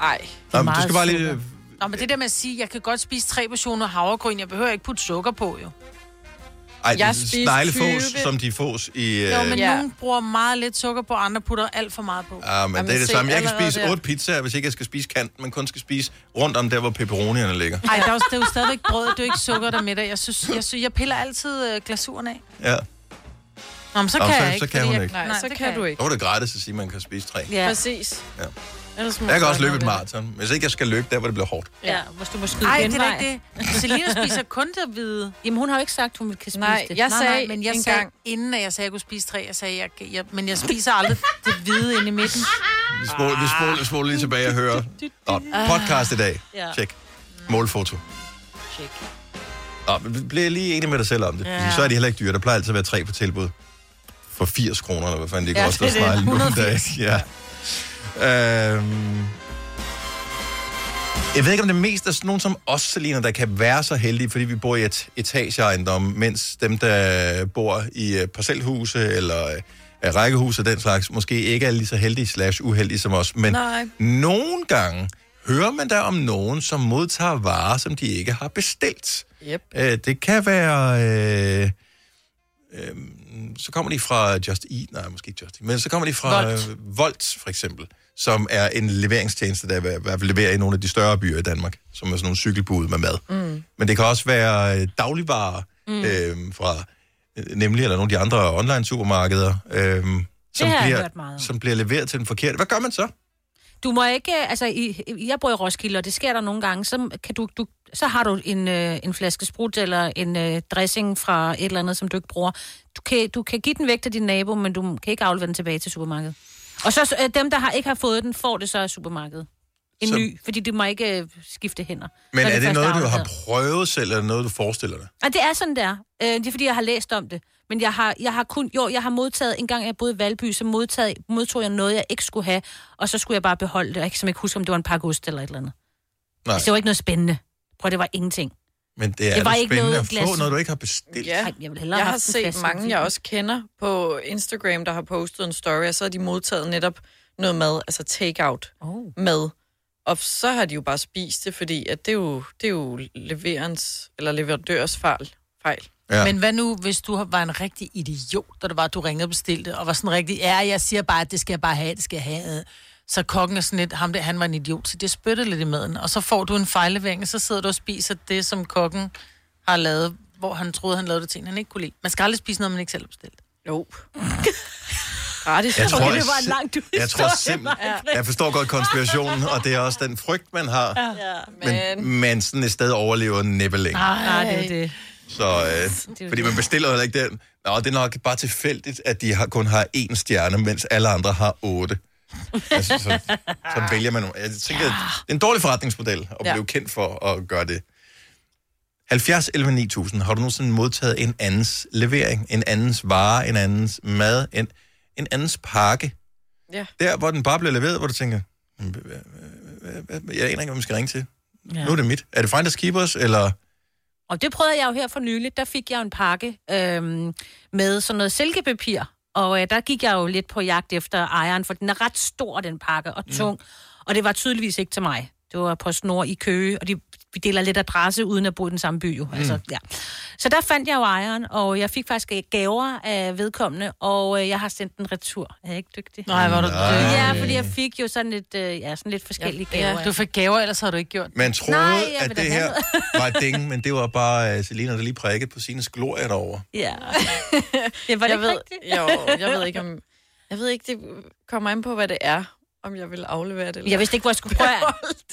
Ej.
Nå, men du skal bare lige... øh,
Nå, men det der med at sige, at jeg kan godt spise tre portioner havregryn, jeg behøver ikke putte sukker på, jo.
Ej,
Jeg
jeg
spiste
sneglefos,
20.
som de fås i... Øh,
Jo, men
ja.
ja. nogen bruger meget lidt sukker på, andre putter alt for meget på.
Ah, men det er det samme. Jeg kan spise otte pizzaer, hvis ikke jeg skal spise kanten, men kun skal spise rundt om der, hvor pepperonierne ligger.
Ej, der er jo, det er jo stadigvæk brød, det er jo ikke sukker, der er med dig. Jeg, synes, jeg, synes, jeg piller altid øh, glasuren af.
Ja.
Nå, men så
Nå,
kan
så-
jeg ikke.
så kan
fordi
hun
jeg-
ikke.
Nej, så kan du ikke.
Så var det gratis at sige, at man kan spise tre.
Ja.
Præcis.
Ja.
Ellers må
Jeg kan
du
også løbe et
noget
maraton, hvis ikke jeg skal løbe der, hvor det bliver hårdt.
Ja, hvis du må skyde
Ej, det er
genvej.
da ikke det. Selina spiser kun det hvide.
Jamen, hun har jo ikke sagt, hun vil kan spise
Nej,
det.
jeg nej, sagde nej, men jeg
en
sagde,
gang.
gang. inden at jeg sagde, at jeg kunne spise tre, jeg sagde, jeg, jeg, men jeg spiser aldrig det hvide inde i midten.
Vi spoler, vi spoler, spoler lige tilbage og hører. Nå, podcast i dag.
Ja.
Tjek. Målfoto.
Tjek.
Nå, men vi bliver lige enig med dig selv om det.
Ja.
Ja. Så er de heller ikke dyre. Der plejer altid at være tre på tilbud. For 80 kroner, eller hvad fanden det
Ja,
koster at
det er det.
snegle nu om dagen.
180.
Ja. Øhm. Jeg ved ikke, om det mest er sådan nogen som os, Selina, der kan være så heldige, fordi vi bor i et etageejendom, mens dem, der bor i øh, parcelhuse eller øh, rækkehus og den slags, måske ikke er lige så heldige slash uheldige som os. Men
Nej.
nogle gange hører man der om nogen, som modtager varer, som de ikke har bestilt.
Yep.
Øh, det kan være... Øh, øh, så kommer de fra Just Eat, nej, måske ikke Just Eat, men så kommer de fra
Volt.
Volt, øh, Volt for eksempel, som er en leveringstjeneste, der i hver- i hvert fald leverer i nogle af de større byer i Danmark, som er sådan nogle cykelbud med mad.
Mm.
Men det kan også være øh, dagligvarer
Mm.
mm. øh, fra øh, nemlig eller nogle af de andre online-supermarkeder, øh, som,
har jeg
bliver,
hørt meget om.
som bliver leveret til den forkerte. Hvad gør man så?
Du må ikke, øh, altså, i, i- jeg bor i Roskilde, og det sker der nogle gange, så, kan du, du, så har du en, øh, en flaske sprut eller en øh, dressing fra et eller andet, som du ikke bruger. Du kan, du kan give den væk til din nabo, men du kan ikke aflevere den tilbage til supermarkedet. Og så øh, dem, der har, ikke har fået den, får det så af supermarkedet. En
Så-
så... ny, fordi de må ikke øh, skifte hænder.
Men
Når
er det
først
noget, du har
afleveret.
prøvet selv, eller noget, du forestiller dig?
Og det er sådan der. Øh, det er fordi, jeg har læst om det. Men jeg har, jeg har kun, jo, jeg har modtaget, en gang jeg boede i Valby, så modtaget, modtog jeg noget, jeg ikke skulle have, og så skulle jeg bare beholde det. Jeg kan simpelthen ikke huske, om det var en pakke ost eller et eller andet.
Nej.
Altså, det var ikke noget spændende. Prøv, det var ingenting.
Men det er
Det
det
var
da
ikke
spændende
noget
at få,
glas-
når du ikke har bestilt.
Ja,
Ej, jeg vil hellere
jeg
have
har
haft en
set
flaske
mange,
vin.
jeg også kender på Instagram, der har postet en story, og så har de modtaget netop noget mad, altså take-out oh. mad, Og så har de jo bare spist det, fordi at det, er jo, det er jo leverens, eller leverandørs fejl. fejl.
Ja. Men hvad nu, hvis du var en rigtig idiot, da det var, du ringede og bestilte, og var sådan rigtig, ja, jeg siger bare, at det skal jeg bare have, det skal jeg have. Så kokken er sådan lidt, ham der, han var en idiot, så det spytter lidt i maden. Og så får du en fejllevering, og så sidder du og spiser det, som kokken har lavet, hvor han troede, han lavede det til en, han ikke kunne lide. Man skal aldrig spise noget, man ikke selv har bestilt.
Jo.
[laughs]
Gratis.
Jeg tror,
Okay,
jeg
[laughs] det var en lang
jeg, jeg tror simpelthen, jeg forstår godt konspirationen, og det er også den frygt, man har.
Ja,
Men, men sådan et sted overlever næppe længe.
Nej, det er jo det.
Så, øh, fordi man bestiller heller ikke den. Nå, det er nok bare tilfældigt, at de har, kun har én stjerne, mens alle andre har otte.
[laughs]
Altså, så, så vælger man nogle. Jeg tænker, ja. det er en dårlig forretningsmodel at
Ja.
blive kendt for at gøre det. 70 11 9000. Har du nogensinde modtaget en andens levering, en andens vare, en andens mad, en, en andens pakke?
Ja.
Der, hvor den bare bliver leveret, hvor du tænker, "Hmm, "Hvad- hvad- hvad- hvad- hvad- jeg aner ikke, hvem jeg skal ringe til.
Ja.
Ja. Nu er det mit. Er det Finders Keepers, eller...
Og det prøvede jeg jo her for nylig. Der fik jeg jo en pakke øhm, med sådan noget silkepapir. Og øh, der gik jeg jo lidt på jagt efter ejeren, for den er ret stor, den pakke, og tung. Mm. Og det var tydeligvis ikke til mig. Det var på Snor i Køge, og de vi deler lidt adresse, uden at bo i den samme by jo. Mm. Altså, ja. Så der fandt jeg jo ejeren, og jeg fik faktisk gaver af vedkommende, og øh, jeg har sendt den retur. Er jeg ikke dygtig?
Nej, hvor er du Nej. dygtig.
Ja, fordi jeg fik jo sådan lidt, øh, ja, sådan lidt forskellige
Ja.
gaver.
Du fik gaver, ellers havde du ikke gjort
Man troede,
Nej,
Nej,
jeg vil
at
da
det
have [laughs]
her var et ding, men det var bare uh, Selina, der lige prikkede på sine glorie derovre.
Ja.
[laughs]
det var det
jeg
ikke
ved,
rigtigt?
Jo, jeg ved ikke, om... Jeg ved ikke, det kommer an på, hvad det er, om jeg vil aflevere det. Eller.
Jeg vidste ikke, hvor jeg skulle
[laughs]
prøve.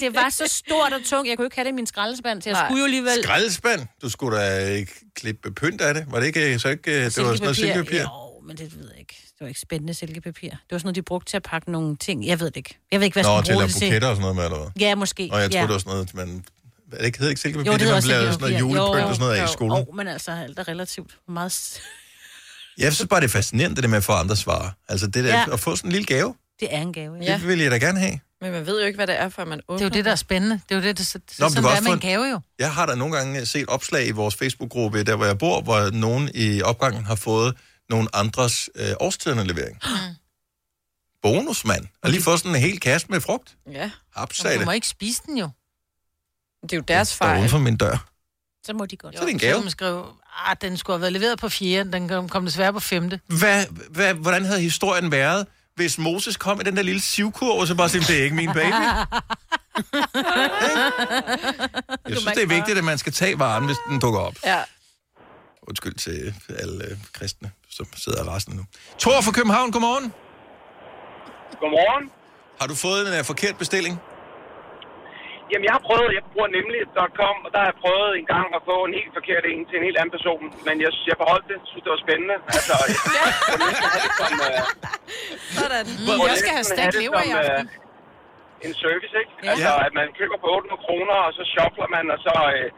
Det var så stort og tungt, jeg kunne ikke have det i min skraldespand, så jeg
Nej.
skulle jo alligevel...
Skraldespand? Du skulle da øh, klippe pynt af det. Var det ikke, øh, så ikke, øh, det var sådan noget silkepapir?
Jo, men det ved jeg ikke. Det var ikke spændende silkepapir. Det var sådan noget, de brugte til at pakke nogle ting. Jeg ved det ikke. Jeg ved ikke, hvad
Nå,
jeg
til
skulle
at
bruge
lave
det til.
buketter og sådan noget med, eller hvad?
Ja, måske.
Og jeg
ja.
troede, det var sådan noget, man... Er det ikke, hedder ikke silkepapir?
Jo, det hedder
man
også
lavede sådan noget
silkepapir.
julepynt
Jo,
og sådan noget af i
jo.
skolen.
Jo, men altså, alt er relativt meget... s-
Jeg synes bare, det er fascinerende, det der med at få andre svar. Altså, det der,
Ja.
at få sådan en lille gave,
Det er en gave,
Ja.
det vil jeg da gerne have.
Men man ved jo ikke, hvad det er, før man åbner
Det er jo det, der er spændende. Det er jo det, det, det, det
Nå,
Nå,
men du
sådan,
kan
det er
også
med
få
en
en-
gave jo.
Jeg har da nogle gange set opslag i vores Facebook-gruppe, der hvor jeg bor, hvor nogen i opgangen har fået nogle andres øh, årstiderne levering. Bonusmand. Og lige fået sådan en hel kasse med frugt.
Mm.
Ja.
Absag
Men Du
det.
må ikke spise den jo.
Det er jo deres
Står uden
fejl.
for min dør.
Så må de godt.
Så er det en gave.
Så kan man skrive, ah, den skulle have været leveret på 4. Den kom- kom desværre på 5.
Hvad, hvad, hvordan havde historien været, hvis Moses kom i den der lille sivkurv, og så bare sagde, det er ikke min baby? Jeg synes, det er vigtigt, at man skal tage varen, hvis den dukker op.
Ja.
Undskyld til alle øh, kristne, som sidder og resten nu. Thor fra København, godmorgen.
Godmorgen.
Har du fået en uh, forkert bestilling?
Jamen, jeg har prøvet, jeg bruger nemlig .com, og der har jeg prøvet en gang at få en helt forkert en til en helt anden person. Men jeg, jeg beholdt det, synes det var spændende.
[laughs]
Altså, jeg,
Sådan.
må
Jeg skal have
næsten
stegt
det
lever i
som, øh,
aften.
en service, ikke? Altså, at man køber på 800 kroner, og så shopper man, og så... Øh,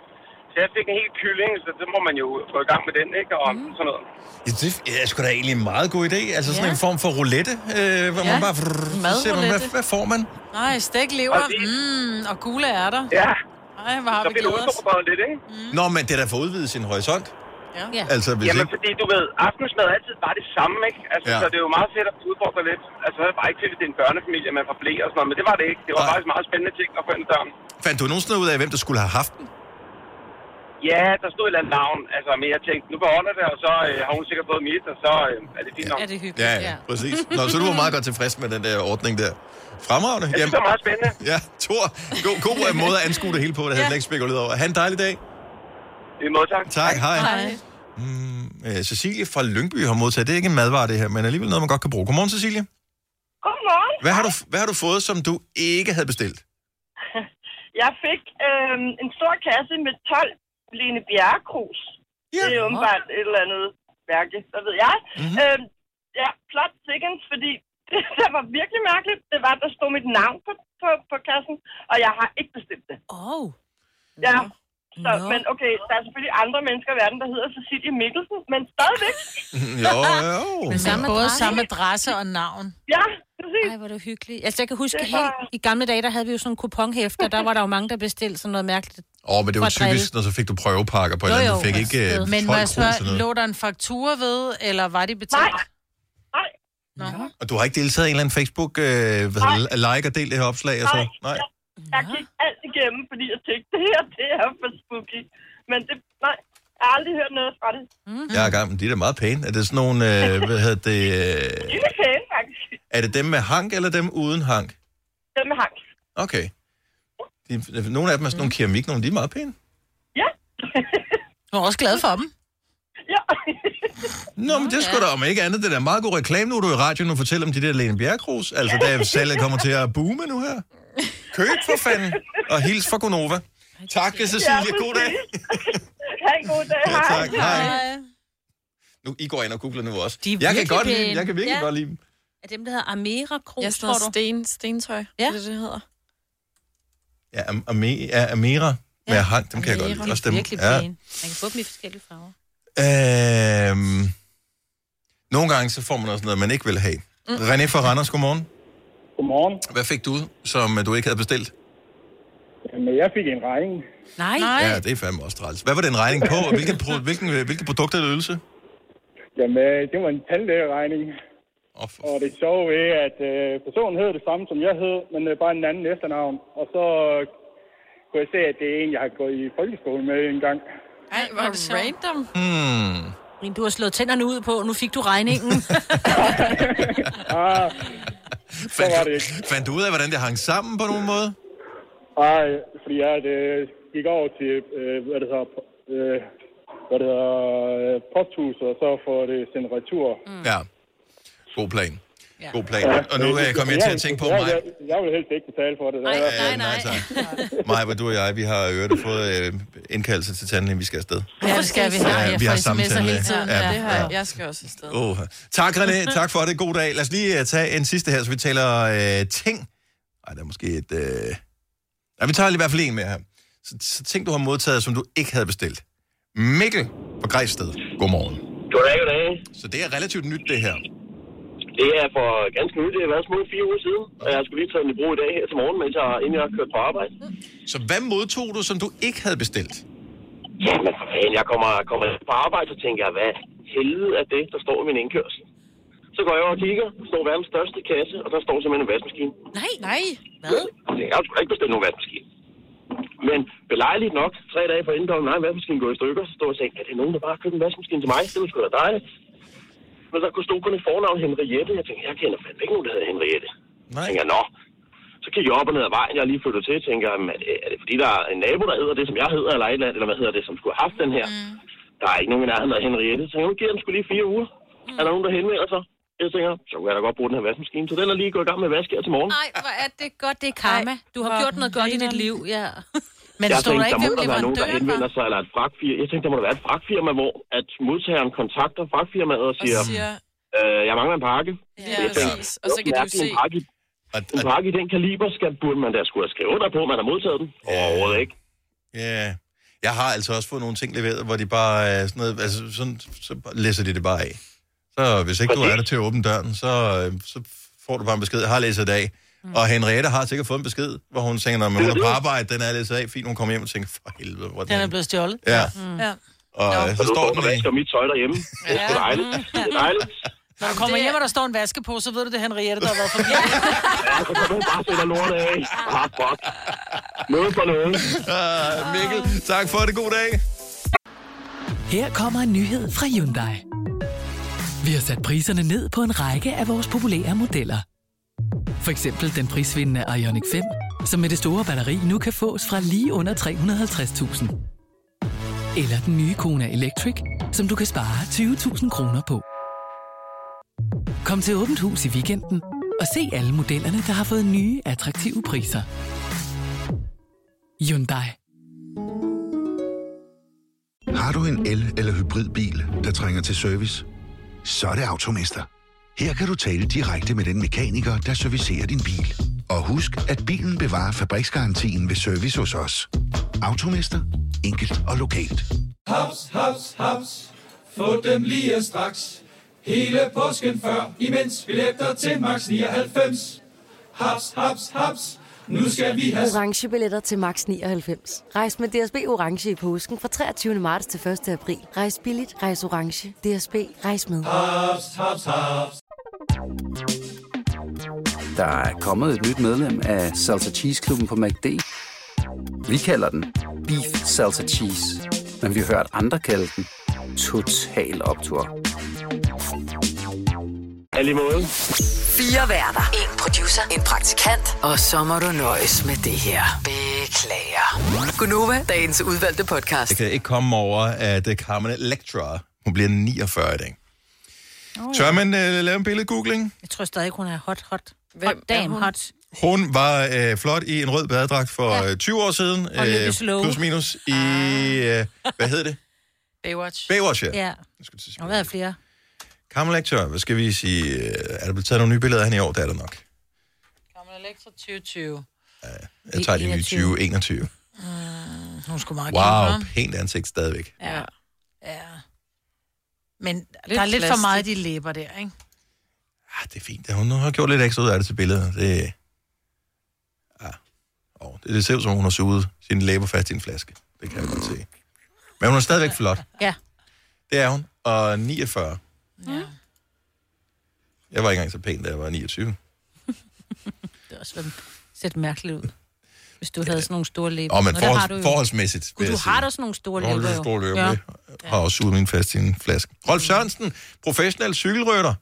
så jeg fik en helt kylling, så det må man jo få i gang med den, ikke? Og mm. sådan noget.
Ja, det er sgu da egentlig en meget god idé. Altså sådan
Ja.
ja. en form for roulette, øh, hvor ja.
Ja.
man bare... Frrr, så ser man, hvad,
Madroulette.
hvad får man?
Nej, stegt lever, mm, og gule ærter.
Ja.
Nej, hvor har
Så
vi
bliver du
glædet os.
udfordret lidt, ikke?
Mm. Nå, men det er da for at udvide sin horisont.
Ja.
Altså, hvis
Jamen,
ikke-
fordi du ved, aftensmad er altid bare det samme, ikke? Altså,
Ja.
ja. så det er jo meget fedt at udfordre lidt. Altså, det er bare ikke fedt, at det er en børnefamilie, man får blæ og sådan noget, men det var det ikke. Det var faktisk meget spændende ting at få ind ad døren.
Fandt du nogensinde ud af, hvem der skulle have haft den?
Ja, der stod et eller andet navn, altså, men jeg tænkte, nu beholder jeg det, og så øh, har hun sikkert fået mit, og så øh, er det fint nok.
Er det hyggeligt?
Ja, ja, præcis. Nå, så du var meget godt tilfreds med den der ordning der. Fremragende.
Jeg synes, det var meget spændende.
Ja, Thor. God, god øh, måde at anskue det hele på, det havde jeg slet ikke spekuleret over. Ha' en dejlig dag.
I måde, tak.
Tak, hej. Øh, Cecilie fra Lyngby har modtaget, det er ikke en madvare det her, men alligevel noget, man godt kan bruge. Godmorgen, Cecilie.
Godmorgen.
Hvad har du, hvad har du fået, som du ikke havde bestilt?
Jeg fik øh, en stor kasse med 12 Lene Bjerrekrus. Ja. Det er åbenbart et eller andet mærke, hvad ved jeg. Mm-hmm. Øh, ja, plot chickens, fordi [laughs] det, der var virkelig mærkeligt. Det var, at der stod mit navn på, på, på kassen, og jeg har ikke bestilt det.
Åh. Oh.
Ja. Så, men okay, der er selvfølgelig andre mennesker i verden, der hedder Cecilie Mikkelsen, men stadigvæk.
[laughs] jo, jo.
Men samme både samme adresse og navn.
Ja, præcis.
Ej, hvor er det hyggeligt. Altså, jeg kan huske,
Det
helt
var-
i gamle dage, der havde vi jo sådan nogle kuponhæfter. Der var der jo mange, der bestilte sådan noget mærkeligt.
Åh, oh, men det var
For at
typisk, når så fik du prøvepakker på et eller andet. Du fik ikke øh,
Men må
12
jeg
kroner til
spørge,
noget.
lå der en faktura ved, eller var de betalt? Nej.
Og du har ikke deltaget i en eller anden Facebook, øh, hvad hedder, det, like og delt det her opslag? Og så? Nej.
Jeg Jeg gik alt igennem, fordi jeg tænkte, [laughs] det her, det er for spooky. Men det, nej, jeg har aldrig hørt noget fra det. Mm.
Jeg er i gang, men de er da meget pæne. Er det sådan nogle, øh, hvad hedder det, øh,
De er pæne, faktisk.
er det dem med hank, eller dem uden hank?
Dem med hank.
Okay. De, nogle af dem er sådan nogle keramik, nogle de er meget pæne.
Du er også glad for dem.
Nå, men det skulle da om ikke andet. Det er da meget god reklame, nu er du i radioen og fortæller om de der Lene Bjergkrus. Altså, der salget kommer til at boome nu her. Køb for fanden, og hils fra Gonova. Tak, Cecilie. God dag.
[laughs]
ha' en god dag.
Ja, tak. Hej. Nu, I går ind og googler nu også.
De er
jeg kan
virkelig
godt lide,
pæne.
jeg kan virkelig
Ja.
ja. godt lide dem.
Er dem, der hedder Amera Kros,
Ja, sådan noget
tror du?
sten, stentøj, ja. det, det hedder.
Ja, Am- Ame- ja, Amera med ja. hang, dem kan jeg godt lide. Også dem.
Virkelig pæne. Man kan få dem i forskellige farver.
Ja. Øhm, nogle gange så får man også noget, man ikke vil have. Mm. René fra Randers, godmorgen.
Godmorgen.
Hvad fik du, som øh, du ikke havde bestilt?
Jamen, jeg fik en regning.
Nej.
Ja, det er fandme også træls. Hvad var den regning på, og hvilke, pro- hvilken, hvilke produkter eller ydelse?
Jamen, øh, det var en tandlægeregning.
Oh,
og det sjove er, at øh, personen hed det samme, som jeg hed, men øh, bare en anden efternavn. Og så øh, kunne jeg se, at det er en, jeg har gået i folkeskole med en gang.
Ej, hvor er det random.
Hmm.
Men du har slået tænderne ud på, nu fik du regningen.
Ah,
Fandt, du, fandt du ud af, hvordan det hang sammen på
Mm.
nogen måde?
Ej, ah, fordi jeg øh, gik over til, øh, hvad det hedder, øh, hvad det hedder, øh, posthus, og så får det sendt retur. Mm.
Ja. God plan. God plan. Og nu øh, kom jeg til at tænke på
jeg,
mig.
Jeg, jeg vil helst ikke betale for det. Nej,
nej, nej. Mig, hvor du og jeg, vi har i øvrigt fået øh, indkaldelse til tandlægen, vi skal afsted.
Ja, det skal vi.
Ja, Ja, vi jeg har får samme sms'er hele tandlæge. tiden.
Ja,
Ja,
det har
ja.
jeg. Jeg skal også afsted.
Oh. Tak, René. Tak for det. God dag. Lad os lige øh, tage en sidste her, så vi taler øh, ting. Ej, der er måske et... Øh... Nej, vi tager lige i hvert fald en med her. Så, så ting, du har modtaget, som du ikke havde bestilt. Mikkel fra Græsted. Godmorgen.
Goddag, goddag.
Så det er relativt nyt, det her.
Det er for ganske nyt. Det har været små fire uger siden, og jeg skulle lige tage den i brug i dag her til morgen, mens jeg, inden jeg har kørt på arbejde.
Så hvad modtog du, som du ikke havde bestilt?
Jamen for fanden, jeg kommer, kommer på arbejde, så tænker jeg, hvad helvede er det, der står i min indkørsel? Så går jeg over og kigger, der står verdens største kasse, og der står simpelthen en vaskemaskine.
[laughs] Nej, nej.
Jeg tænker, altså, jeg skulle ikke bestille nogen vaskemaskine. Men belejligt nok, tre dage for inden, der var en vaskemaskine gået i stykker, så stod jeg og tænkte, er det nogen, der bare har købt en vaskemaskine til mig? Det var sgu da dejligt. Men der kunne stå kun et fornavn Henriette. Jeg tænkte, jeg kender fandme ikke nogen, der hedder Henriette. Nej. Jeg tænker, nå. Så kigger jeg op og ned ad vejen, jeg er lige flyttet til, tænker, jamen, er det, er det fordi, der er en nabo, der hedder det, som jeg hedder, eller et eller andet, eller hvad hedder det, som skulle have haft den her? Mm. Der er ikke nogen i nærheden af Henriette. Så jeg nu giver den skulle lige fire uger. Mm. Er der nogen, der henvender sig? Jeg tænker, så kunne jeg da godt bruge den her vaskemaskine. Så den er lige gået i gang med at vaske her til morgen.
Nej, hvor er det godt, det er karma. Du har gjort noget godt i dit liv, ja. Men
jeg
stod der ikke,
der må
hvem
der være nogen,
leverandøren
der
var?
henvender sig, eller et fragtfirma. Jeg tænkte, der må der være et fragtfirma, hvor at modtageren kontakter fragtfirmaet og siger, og
siger-
siger... Øh, jeg mangler en pakke.
Ja, præcis. Og så kan de jo se...
En pakke, i- en pakke i den kaliber, skal, burde man da skulle have skrevet under på, at man har modtaget den. Overhovedet ikke.
Ja. Jeg har altså også fået nogle ting leveret, hvor de bare øh, sådan noget, altså sådan, så læser de det bare af. Så hvis ikke du er der til at åbne døren, så, øh, så får du bare en besked. Jeg har læst det af. Mm. Og Henriette har sikkert fået en besked, hvor hun tænker, når hun er på arbejde, den er læst af. Fint, hun kommer hjem og tænker, for helvede, hvor er
Den
den
er blevet stjålet.
Ja.
Mm. ja.
Og øh, så står den
der mit tøj derhjemme.
Det
er dejligt. Det er dejligt.
Når du kommer hjem, og der står en vaske på, så ved du, det er Henriette, der har været forbi.
Ja, så kan du bare sætte lortet af. Ah, fuck. Noget for noget.
Uh, Mikkel, tak for det. God dag.
Her kommer en nyhed fra Hyundai. Vi har sat priserne ned på en række af vores populære modeller. For eksempel den prisvindende Ioniq 5, som med det store batteri nu kan fås fra lige under 350.000. Eller den nye Kona Electric, som du kan spare 20.000 kroner på. Kom til Åbent Hus i weekenden og se alle modellerne, der har fået nye, attraktive priser. Hyundai.
Har du en el- eller hybridbil, der trænger til service? Så er det Automester. Her kan du tale direkte med den mekaniker, der servicerer din bil. Og husk, at bilen bevarer fabriksgarantien ved service hos os. Automester. Enkelt og lokalt.
Haps, haps, haps. Få dem lige straks. Hele påsken før, imens billetter til max 99. Haps, haps, haps. Nu skal vi have
Orange billetter til max 99. Rejs med DSB Orange i påsken fra 23. marts til 1. april. Rejs billigt, rejs orange. DSB, rejs med.
haps, haps, haps.
Der er kommet et nyt medlem af Salsa Cheese Klubben på MACD. Vi kalder den Beef Salsa Cheese, men vi har hørt andre kalde den Total Optor.
Alle måde.
Fire værter. En producer. En praktikant. Og så må du nøjes med det her. Beklager. Gunova, dagens udvalgte podcast.
Jeg kan ikke komme over, at øh, Carmen Electra, hun bliver 49 i dag.
Oh,
Tør man øh, lave en billedgoogling?
Jeg tror stadig, hun er hot, hot. Hvem hot damn, hot.
Hun var øh, flot i en rød badedragt for ja. 20 år siden. øh,
Og Lykkes Love.
plus minus i, øh, hvad hed det?
Baywatch.
Baywatch, ja.
Ja. Der har været flere.
Carmen Electra, hvad skal vi sige? øh, Er der blevet taget nogle nye billeder af hende i år? Det er der nok.
[laughs] Gammel Elektra 2020.
Jeg tager de nye
21.
2021.
Mm, hun skulle meget gerne
Wow,
ham.
pænt ansigt stadigvæk.
Ja. ja. Men lidt der er lidt for
plastik.
meget i de læber der, ikke?
Ah, det er fint. Hun har gjort lidt ekstra ud af det til billeder. Det, ah. oh, det, det ser ud som, om hun har suget sine læber fast i en flaske. Det kan jeg godt se. Men hun er stadigvæk flot.
Ja.
Det er hun. Og 49. Ja. Jeg var ikke engang så pæn, da jeg var 29.
Det har også været set mærkeligt ud. Hvis du havde sådan nogle store læber.
Åh, men
Nå, det har
forholds,
du jo.
forholdsmæssigt,
Gud, du har da sådan nogle store
Nå,
læber,
lidt
jo.
store læber,
Ja.
ikke? har også suget min fast i en flaske. Rolf Sørensen, professionel cykelrytter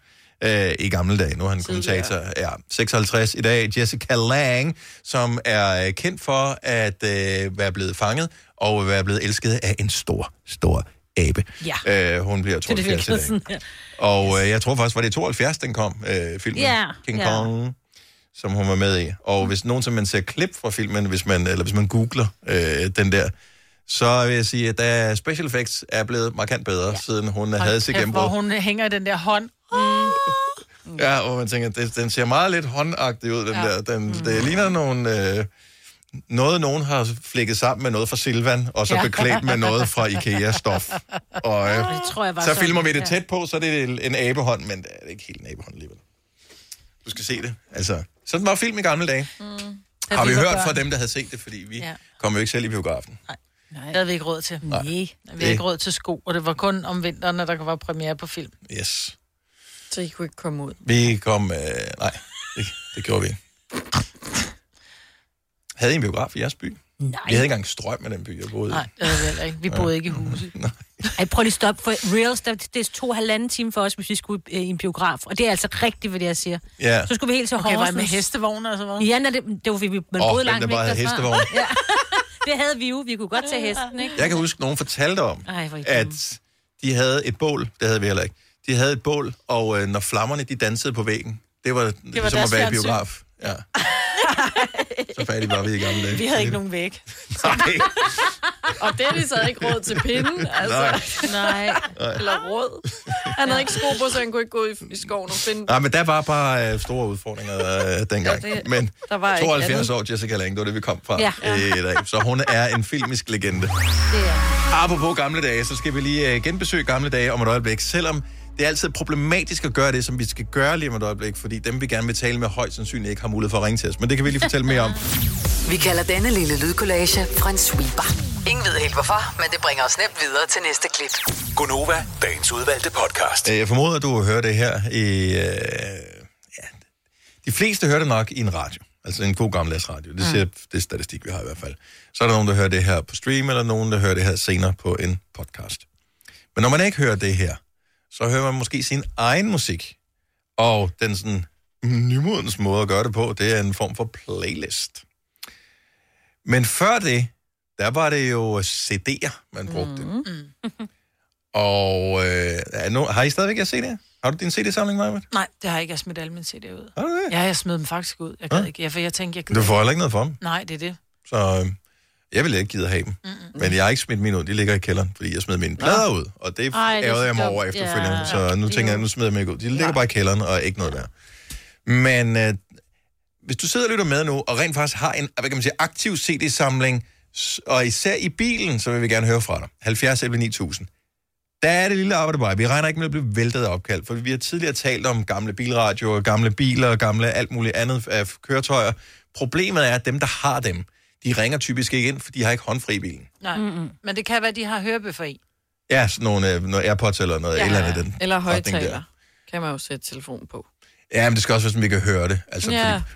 øh, i gamle dage. Nu er han kommentator. Ja, 56 i dag. Jessica Lange, som er øh, kendt for at øh, være blevet fanget og være blevet elsket af en stor, stor abe. Ja. Øh, hun bliver
Det er det, vi
72 i
kalder
dag.
sådan her.
Og øh, jeg tror faktisk, var det i 72, den kom, øh, filmen
Ja,
King
ja.
Kong, som hun var med i. Og hvis nogen, som man ser klip fra filmen, hvis man, eller hvis man googler øh, den der, så vil jeg sige, at der special effects er blevet markant bedre, ja. siden hun Hold havde sit
kæft, Hvor
gennembrud. Hun...
hun hænger i den der hånd. Mm.
Ja, og man tænker, det, den ser meget lidt håndagtig ud, den ja. der. Den, mm. Det ligner nogle... Øh, noget, nogen har flækket sammen med noget fra Silvan, og så
Ja.
ja. beklædt med noget
[laughs]
fra IKEA-stof.
Mm.
Og, øh,
Ah. Det tror jeg var
så filmer vi det tæt på, så er det en abehånd, men det er ikke helt en abehånd alligevel. Du skal se det. Altså, sådan var film i gamle dage.
Der
Har vi
fik jeg
hørt
børn.
fra dem, der havde set det, fordi vi
Ja.
ja. kom jo ikke selv i biografen.
Nej. Det havde vi ikke råd til. Nej. Vi havde
Det-
ikke råd til sko, og det var kun om vinteren, at der var premiere på film.
Yes.
Så I kunne ikke komme ud.
Vi kom... Øh, nej, det, det gjorde vi ikke. Havde I en biograf i jeres by? Nej. Vi havde ikke engang strøm med den by, jeg boede
Nej,
i.
det havde vi heller ikke. Vi boede ikke i
[laughs]
huse.
Ej, prøv lige at stoppe for reals. Der, det er to halvanden time for os, hvis vi skulle øh, i en biograf. Og det er altså rigtigt, hvad det er, jeg siger.
Ja.
Så skulle vi helt til
Okay, var I
Horsens.
med hestevogne og sådan noget?
Ja, nej, det, det var vi, vi man
Åh,
boede
hvem
langt
der
væk
bare havde
derfra.
hestevogne?
[laughs] Ja. Det havde vi jo. Vi kunne godt tage hesten, ikke?
Jeg kan huske, nogen fortalte om,
Ej, hvor er I dumme.
at de havde et bål. Det havde vi heller ikke. De havde et bål, og øh, når flammerne de dansede på væggen, det var, det var ligesom
deres
at være i
fjernsyn.
biograf. Ja. Så fattig var vi i gamle dage.
Vi havde ikke nogen væg.
[laughs] Nej.
[laughs] Og Dennis havde ikke råd til
[laughs]
pinden, altså.
Nej.
Nej.
Eller råd. Han havde ikke sko på, så han kunne ikke gå i, i skoven og finde...
Nej, men der var bare øh, store udfordringer øh, dengang.
Ja,
Ja,
det-
det, men
der var ikke
72
andet.
år, Jessica Lange, det var det, vi kom fra
Ja.
ja. øh, i dag. Så hun er en filmisk legende.
Det er.
Apropos gamle dage, så skal vi lige øh, genbesøge gamle dage om et øjeblik, selvom det er altid problematisk at gøre det, som vi skal gøre lige om et øjeblik, fordi dem, vi gerne vil tale med, højst sandsynligt ikke har mulighed for at ringe til os. Men det kan vi lige fortælle mere om.
Vi kalder denne lille lydkollage en sweeper. Ingen ved helt hvorfor, men det bringer os nemt videre til næste klip.
Gunova, dagens udvalgte podcast.
Øh, Jeg formoder, at du hører det her i... Øh, ja, de fleste hører det nok i en radio. Altså en god gammeldags radio. Det, siger, det er statistik, vi har i hvert fald. Så er der nogen, der hører det her på stream, eller nogen, der hører det her senere på en podcast. Men når man ikke hører det her, så hører man måske sin egen musik. Og den sådan nymodens måde at gøre det på, det er en form for playlist. Men før det, der var det jo CD'er, man brugte. Mm. Og øh, er no, har I stadigvæk jeres CD'er? Har du din CD-samling, Maja?
Nej, det har jeg ikke. Jeg smidt alle mine CD'er ud.
Har du det?
Ja, jeg smed dem faktisk ud. Jeg gad ikke. Ja, for jeg tænkte, jeg
Du får heller ikke noget for dem,
Nej, det er det.
så øh, jeg ville ikke gide at have dem. Mm-mm. Men jeg har ikke smidt mine ud, de ligger i kælderen, fordi jeg smed mine plader ud, og det
Ej,
Ej,
det er
ærgede
så
jeg mig
dumt.
over efterfølgende,
Ja.
ja. så nu tænker jeg, nu smider jeg dem ikke ud. De ligger bare i kælderen, og ikke noget der. Men øh, hvis du sidder og lytter med nu, og rent faktisk har en hvad kan man sige, aktiv CD-samling, s- og især i bilen, så vil vi gerne høre fra dig. 70 11 9000. Der er det lille arbejde bare. Vi regner ikke med at blive væltet af opkald, for vi har tidligere talt om gamle bilradioer, gamle biler og gamle alt muligt andet af køretøjer. Problemet er, at dem, der har dem, de ringer typisk ikke ind, for de har ikke håndfri i bilen.
Nej. Mm-mm. Men det kan være, at de har hørebøffer i.
Ja, sådan nogle, øh, noget AirPods eller noget ja. eller andet. i Den.
Eller
retning der.
højtaler. Kan man jo sætte telefonen på.
Ja, men det skal også være sådan, vi kan høre det. Altså,
ja.
fordi,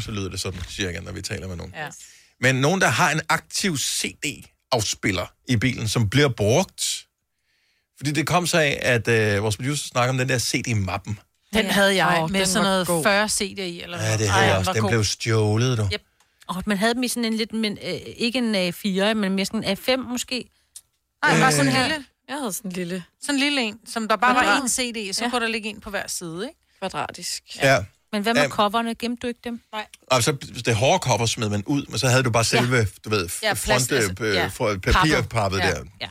så lyder det sådan cirka, når vi taler med nogen. Ja. Men nogen, der har en aktiv CD-afspiller i bilen, som bliver brugt. Fordi det kom så af, at øh, vores producer snakker om den der CD-mappen.
Den havde jeg
Åh,
med
den
sådan
var
noget
god.
40 CD'er i. Eller
Ja, det havde jeg også. Den blev stjålet, du.
Yep. Og man havde dem i sådan en lidt, men, øh, ikke en A4, men mere sådan en A5 måske.
Nej, bare sådan en
Øh.
lille.
Jeg havde sådan en lille.
Sådan en lille en, som der bare var
Kvadrat.
en CD, så
Ja.
kunne der ligge en på hver side, ikke?
Kvadratisk.
Ja.
Men hvad med
Ja.
coverne? Gemte du ikke dem?
Nej.
Og så det hårde kopper smed man ud, men så havde du bare selve, ja. du ved,
Ja,
ja,
plast,
front,
altså,
altså,
ja.
ja. papirpappet
Pappet.
ja.
Ja,
der. Ja.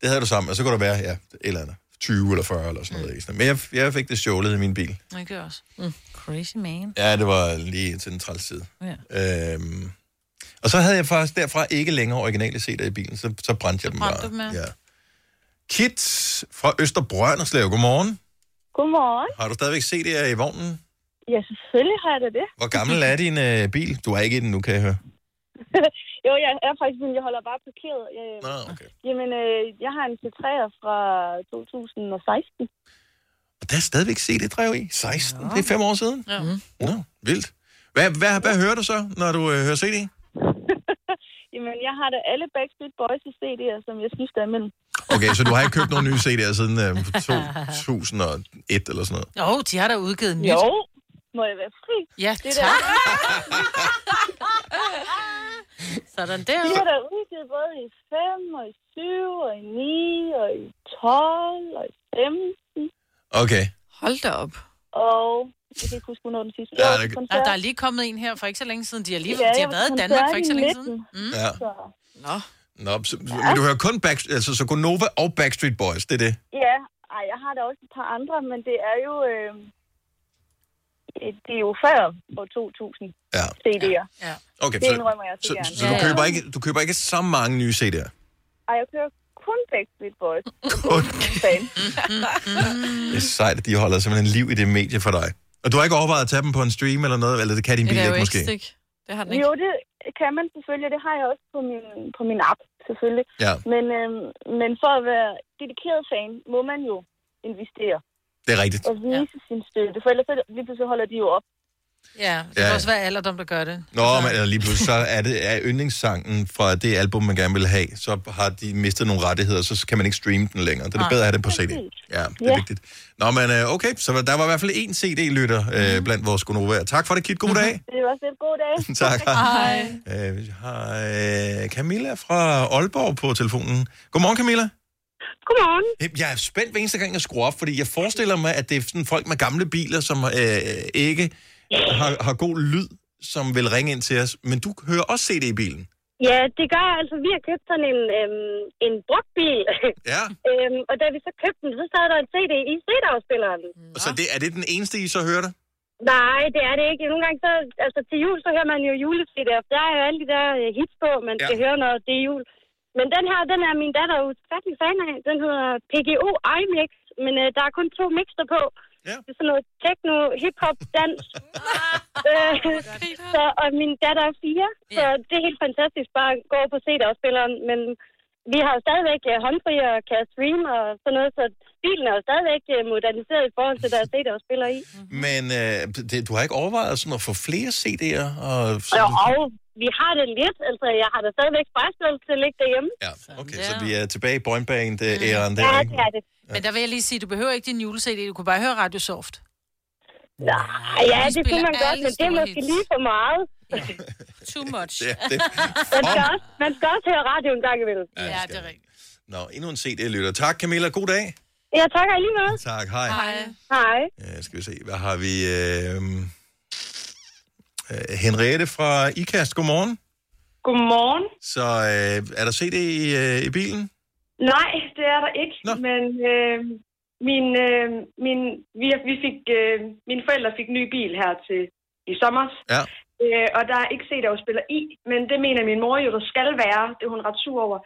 Det havde du sammen, og så kunne der være, ja, et eller andet. 20 eller 40 eller sådan noget. Mm. Men jeg, jeg fik det stjålet i min bil.
Det gør jeg også.
Mm. Crazy man.
Ja, det var lige til den træls side.
Ja.
Øhm, og så havde jeg faktisk derfra ikke længere originale CD'er i bilen, så, så brændte jeg dem
brændte
bare.
du dem, ja.
ja. Kit fra Østerbrønderslev, godmorgen.
Godmorgen.
Har du stadigvæk CD'er i vognen?
Ja, selvfølgelig har jeg da det.
Hvor gammel er din øh, bil? Du er ikke i den nu, kan jeg høre.
[laughs] jo, jeg er faktisk, men jeg holder bare parkeret. Jeg,
Nå, okay.
Jamen, øh, jeg har en C3'er fra 2016.
Og der er stadigvæk CD-drev i. 16, ja. det er fem år siden.
Ja.
Nå, vildt. Hvad, hvad, hvad hører du så, når du øh, hører CD?
Jamen, jeg har da alle Backstreet Boys i CD'er, som jeg synes, der er imellem.
Okay, så du har ikke købt nogen nye CD'er siden øh, 2001 eller sådan noget?
Jo, de har da udgivet nyt.
Jo. Må jeg være fri?
Ja,
det
tak.
[laughs]
Sådan
Der.
der.
De har da udgivet både i 5, og i 7, og i 9, og i 12, og i 15.
Okay.
Hold da op.
Og jeg kan ikke huske, hvornår den sidste
Ja,
var.
det-
Nå, Ah, der er lige kommet en her for ikke så længe siden. De har lige
Ja,
de
jeg
har
var
været i
til
Danmark for ikke
koncert
så
i
længe
midten.
siden. Mm.
Ja.
Så,
Nå.
Nå, så, så, men du hører kun Back, altså, så kun Nova og Backstreet Boys, det er det?
ja, ej, jeg har da også et par andre, men det er jo... Øh, det er jo før år 2000
Ja.
CD'er.
Ja.
Okay,
det
så,
indrømmer jeg så,
så,
gerne.
så, så du, køber ikke, du køber ikke så mange nye CD'er?
Ej, jeg kører kun Backstreet Boys.
Kun?
Fan.
Det er sejt, at de holder simpelthen liv i det medie for dig. Og du har ikke overvejet at tage dem på en stream eller noget? Eller det kan [laughs] din bil ikke, måske?
Det har den
ikke. Jo, det kan man selvfølgelig. Det har jeg også på min, på min app, selvfølgelig.
Ja.
Men, øhm, men for at være dedikeret fan, må man jo investere
Det er rigtigt.
og vise ja. sin støtte. For ellers så, lige pludselig holder de jo op.
Ja, det
Ja.
kan også være alderdom, der gør det.
Nå, men eller lige pludselig, så er det er yndlingssangen fra det album, man gerne vil have. Så har de mistet nogle rettigheder, så kan man ikke streame den længere. Det er det
Nej.
bedre at have den på CD. Ja, det er
Ja.
vigtigt. Nå, men øh, okay, så der var i hvert fald én CD-lytter øh, blandt vores gonovaer. Tak for det, Kit. God
[laughs]
dag.
Det var selv god dag.
[laughs] tak. Øh, vi har øh, Camilla fra Aalborg på telefonen. Godmorgen, Camilla. Godmorgen. Jeg er spændt hver eneste gang, jeg skruer op, fordi jeg forestiller mig, at det er sådan folk med gamle biler, som øh, ikke har, har god lyd, som vil ringe ind til os. Men du hører også CD i bilen.
Ja, det gør jeg. altså. Vi har købt sådan en, øhm, en brugt bil.
Ja.
[laughs] øhm, og da vi så købte den, så sad der en CD i CD-afspilleren.
Og så det, er det den eneste, I så hører det?
Nej, det er det ikke. Nogle gange så, altså til jul, så hører man jo jule-CD'er. Der er jo alle de der øh, hits på, man skal
Ja.
høre, når det er jul. Men den her, den er min datter ufattelig fan af. Den hedder PGO iMix, men øh, der er kun to mixer på.
Ja.
Det er sådan noget techno, hip-hop, dans. øh, så, og min datter er fire, så det er helt fantastisk bare at gå over på CD-afspilleren. Men vi har jo stadigvæk øh, håndfri og kan streame og sådan noget, så bilen er jo stadigvæk øh, moderniseret i forhold
[laughs]
til deres CD-afspiller i.
Men øh, det, du har ikke overvejet sådan at få flere CD'er? Og, så,
Og, og vi har det lidt. Altså, jeg har da stadigvæk spejlstøl til at ligge derhjemme.
Ja, okay, så vi er tilbage i
Mm.
Boinband-æren
ja
der, ikke?
det er det.
Men der vil jeg lige sige, du behøver ikke din jule-CD, du kunne bare høre Radio Soft.
Ah, ja, det kunne man godt, men det er måske lige for meget. [laughs]
Too much.
Ja, det,
Man skal, også, man skal også høre radio en gang imellem.
Ja, det
er rigtigt.
Nå, endnu en CD-lytter. Tak, Camilla. God dag.
Ja, tak og i lige med.
Mm.
Tak, hej.
Hej.
Ja, skal vi se, hvad har vi? Øh, øh, Henriette fra IKAST, godmorgen.
Godmorgen.
Så øh, er der CD i, øh, i bilen?
Nej, det er der ikke. Nå. Men øh, min, øh, min, vi, vi fik, øh, mine forældre fik ny bil her til i sommer.
Ja.
Øh, og der er ikke set afspiller i, men det mener min mor jo, der skal være. Det er hun ret sur over.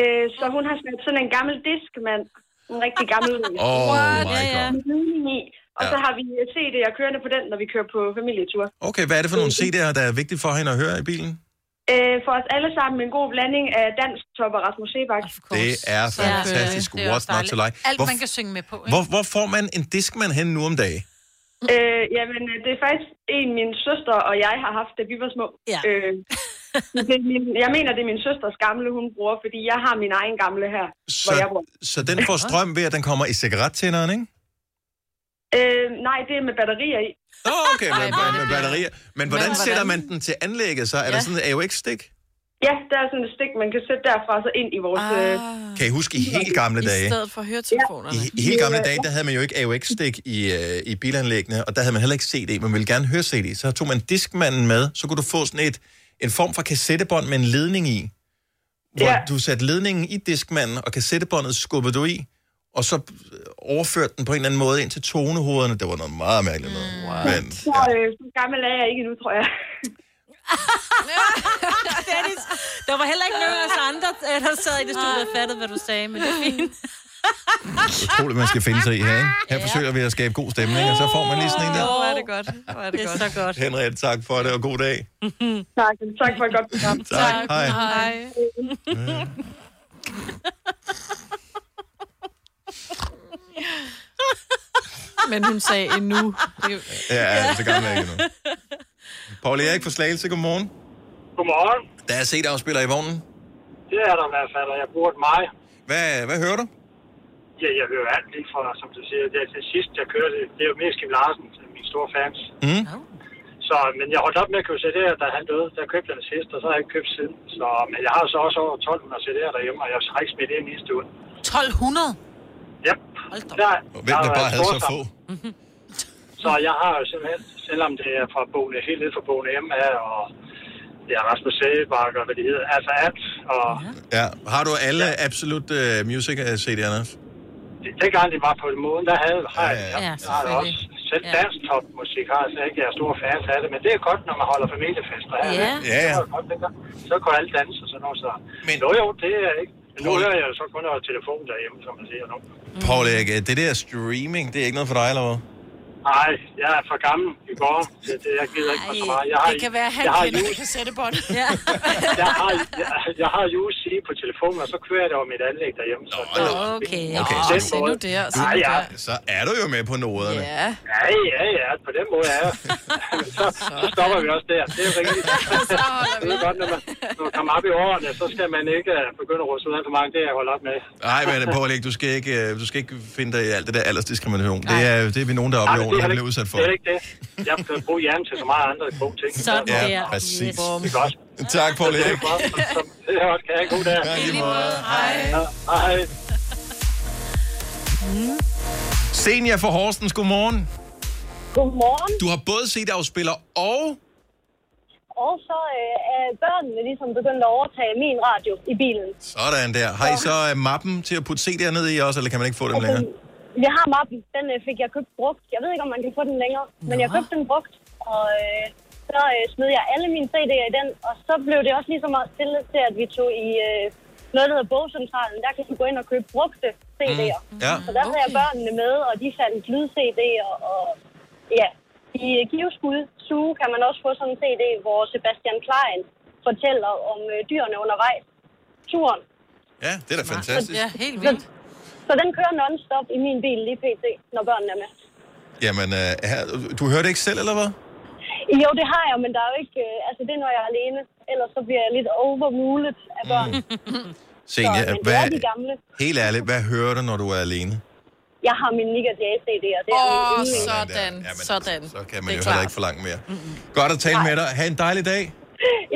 Øh, så hun har smidt sådan en gammel diskmand. En rigtig gammel
[laughs]
en.
Oh What? my God.
Med ledning i. Og
Ja.
så har vi CD'er kørende på den, når vi kører på familietur.
Okay, hvad er det for nogle CD'er, der er vigtigt for hende at høre i bilen?
Øh, for os alle sammen en god blanding af dansk top og Rasmus Sebak.
Det er fantastisk.
det er også
What's not to like.
Alt,
Hvor,
man
kan synge med på,
hvor, hvor får man en diskmand hen nu om dagen?
Øh, jamen, øh, det er faktisk en, min søster og jeg har haft, da vi var små.
Ja.
Øh, det er min, jeg mener, det er min søsters gamle, hun bruger, fordi jeg har min egen gamle her, så... hvor jeg
Så,
bor.
så den får strøm ved, at den kommer i cigarettænderen, ikke?
Øh, nej, det er med batterier i.
Nå, okay, med, med, med batterier. Men hvordan
hvordan?
sætter man den til anlægget så? Er
Ja.
der sådan et AUX-stik?
Ja, der er sådan et stik, man kan sætte derfra og så ind i vores... Ah,
Kan I huske i helt gamle dage?
for høretelefonerne.
I, I helt gamle dage, der havde man jo ikke AUX-stik i, øh, i bilanlæggene, og der havde man heller ikke CD. Man ville gerne høre CD. Så tog man diskmanden med, så kunne du få sådan et, en form for kassettebånd med en ledning i. Hvor ja. du satte ledningen i diskmanden, og kassettebåndet skubbede du i, og så øh, overførte den på en eller anden måde ind til tonehovederne. Det var noget meget mærkeligt noget. Wow. Men
Så, øh, så gammel er jeg ikke endnu, tror jeg.
[laughs] Dennis, der var heller ikke nogen af os andre, øh, der sad i det studie og fattede, hvad du sagde, men det er fint.
utroligt, man skal finde sig i her, ikke? Her forsøger vi at skabe god stemning, og så får man lige sådan en
Åh,
der.
hvor er det godt. Hvor er det, det er godt. så godt.
Henrik, tak for det, og god dag.
tak, tak for et godt program.
Tak, hej.
Hej. Men hun sagde endnu.
Ja, ja, så gammel er jeg ikke nu. Paul Erik fra Slagelse, godmorgen.
øh, Godmorgen.
Der er set afspiller i vognen.
Det er der i hvert fald, og jeg bruger den meget.
Hvad, hvad hører du?
Ja, jeg hører alt lige fra, som du siger, det er til sidst, jeg kørte, det er jo mest Kim Larsen, som er min store fans.
Mm.
Så, men jeg holdt op med at købe CD'er, da han døde. Der købte jeg den sidst, og så har jeg ikke købt siden. Så, men jeg har jo så også over 1200 CD'er derhjemme, og jeg har ikke smidt ind i stuen.
1200?
Yep. Der,
Hvem der
har
bare
været
havde så
storsamlet.
få.
[laughs] Så jeg har jo simpelthen, selvom det er fra Bone, helt ned fra Bone M her, og det er Rasmus Sæbak, og hvad de hedder, altså alt, og
Ja, har du alle ja. Absolut uh, Music øh, CD'erne?
Det- Dengang det var på den måde, der havde har jeg,
Ja,
ja, jeg har det også. Selv dansk topmusik har jeg slet ikke. Jeg er stor fan af det, men det er godt, når man holder familiefester. her.
Ja. Ja, ja.
Så, er det godt, det der. så går alle danse og sådan noget. Så. Men jo, jo, det er ikke. Men nu hører jeg jo så kun over telefon derhjemme, som man siger nu.
Mm. Paul Erik, øh, det der streaming, det er ikke noget for dig, eller hvad?
Nej, jeg er for gammel i går. Det, det, jeg gider ikke for så meget. Jeg har,
det kan være, at han
jeg har,
kender
US,
det kassettebånd.
[laughs]
Ja.
jeg, har, jeg, jeg har UC på telefonen, og så kører jeg det over mit anlæg derhjemme. Så, Nå,
okay.
Okay,
Den
så-
måde- Nej, ja,
Så er du jo med på noderne.
Ja. Ja, ja, ja. På den måde er jeg. Men så, så stopper vi også der. Det er rigtigt. det er godt, når man, når man kommer op i årene, så skal man ikke øh, begynde at russe ud alt for mange. Det er jeg holdt op med.
Nej, men Paul Erik, du skal ikke, øh, du skal ikke finde dig i alt det der aldersdiskrimination. Det er, det er vi nogen, der er
Nej, men
oppe i årene,
det er
der bliver udsat for.
Det er ikke det. Jeg kan bruge hjernen til så meget andre gode ting.
Sådan Ja, der. præcis. Yes.
Det er godt.
Tak, Paul
[laughs]
Erik.
Det er godt. Kan jeg have en god dag?
Ja, i lige måde.
Hej. Hej.
Senior fra Horsens, godmorgen.
Godmorgen.
Du har både set afspiller og...
Og så øh, er børnene ligesom begyndt at overtage min radio i bilen.
Sådan der. Har I så øh, mappen til at putte CD'er ned i også, eller kan man ikke få dem længere?
Jeg har mappen. Den øh, fik jeg købt brugt. Jeg ved ikke, om man kan få den længere, Nå. men jeg købte den brugt. Og øh, så øh, smed jeg alle mine CD'er i den, og så blev det også ligesom meget stille til, at vi tog i øh, noget, der hedder Bogcentralen. Der kan du gå ind og købe brugte CD'er.
Mm, ja.
Så der havde jeg børnene med, og de fandt lyd-CD'er, og ja, i øh, Giveskud Zoo kan man også få sådan en CD, hvor Sebastian Klein fortæller om øh, dyrene undervejs. Turen.
Ja, det er da fantastisk.
helt vildt.
Så den kører non-stop i min bil lige pt., når børnene er med.
Jamen, øh, her- du hører det ikke selv, eller hvad?
Jo, det har jeg, men der er jo ikke... Øh, altså, det er, når jeg er alene. Ellers så bliver jeg lidt overmulet af børn. Mm.
Senior,
så, men det
hvad,
er de gamle.
helt ærligt, hvad hører du, når du er alene?
Jeg har min Nick Jay CD'er. Det er
Åh,
min yndlings.
sådan, sådan.
Så kan
Det er
man jo heller
klart.
ikke forlange mere. Godt at tale med dig. Ha' en dejlig dag.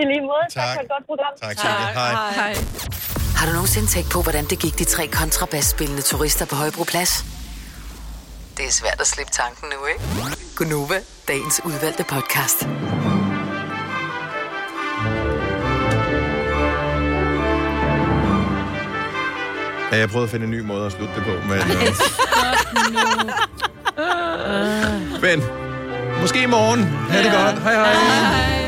I lige måde.
Tak.
tak for et godt program.
Tak, Signe. Hej.
Hej.
Har du nogensinde tænkt på, hvordan det gik de tre kontrabasspillende turister på Højbroplads? Det er svært at slippe tanken nu, ikke? Gunova, dagens udvalgte podcast.
Ja, jeg prøvede at finde en ny måde at slutte det på, men... Øh, men måske i morgen. Ha' det godt. Hej hej. hej.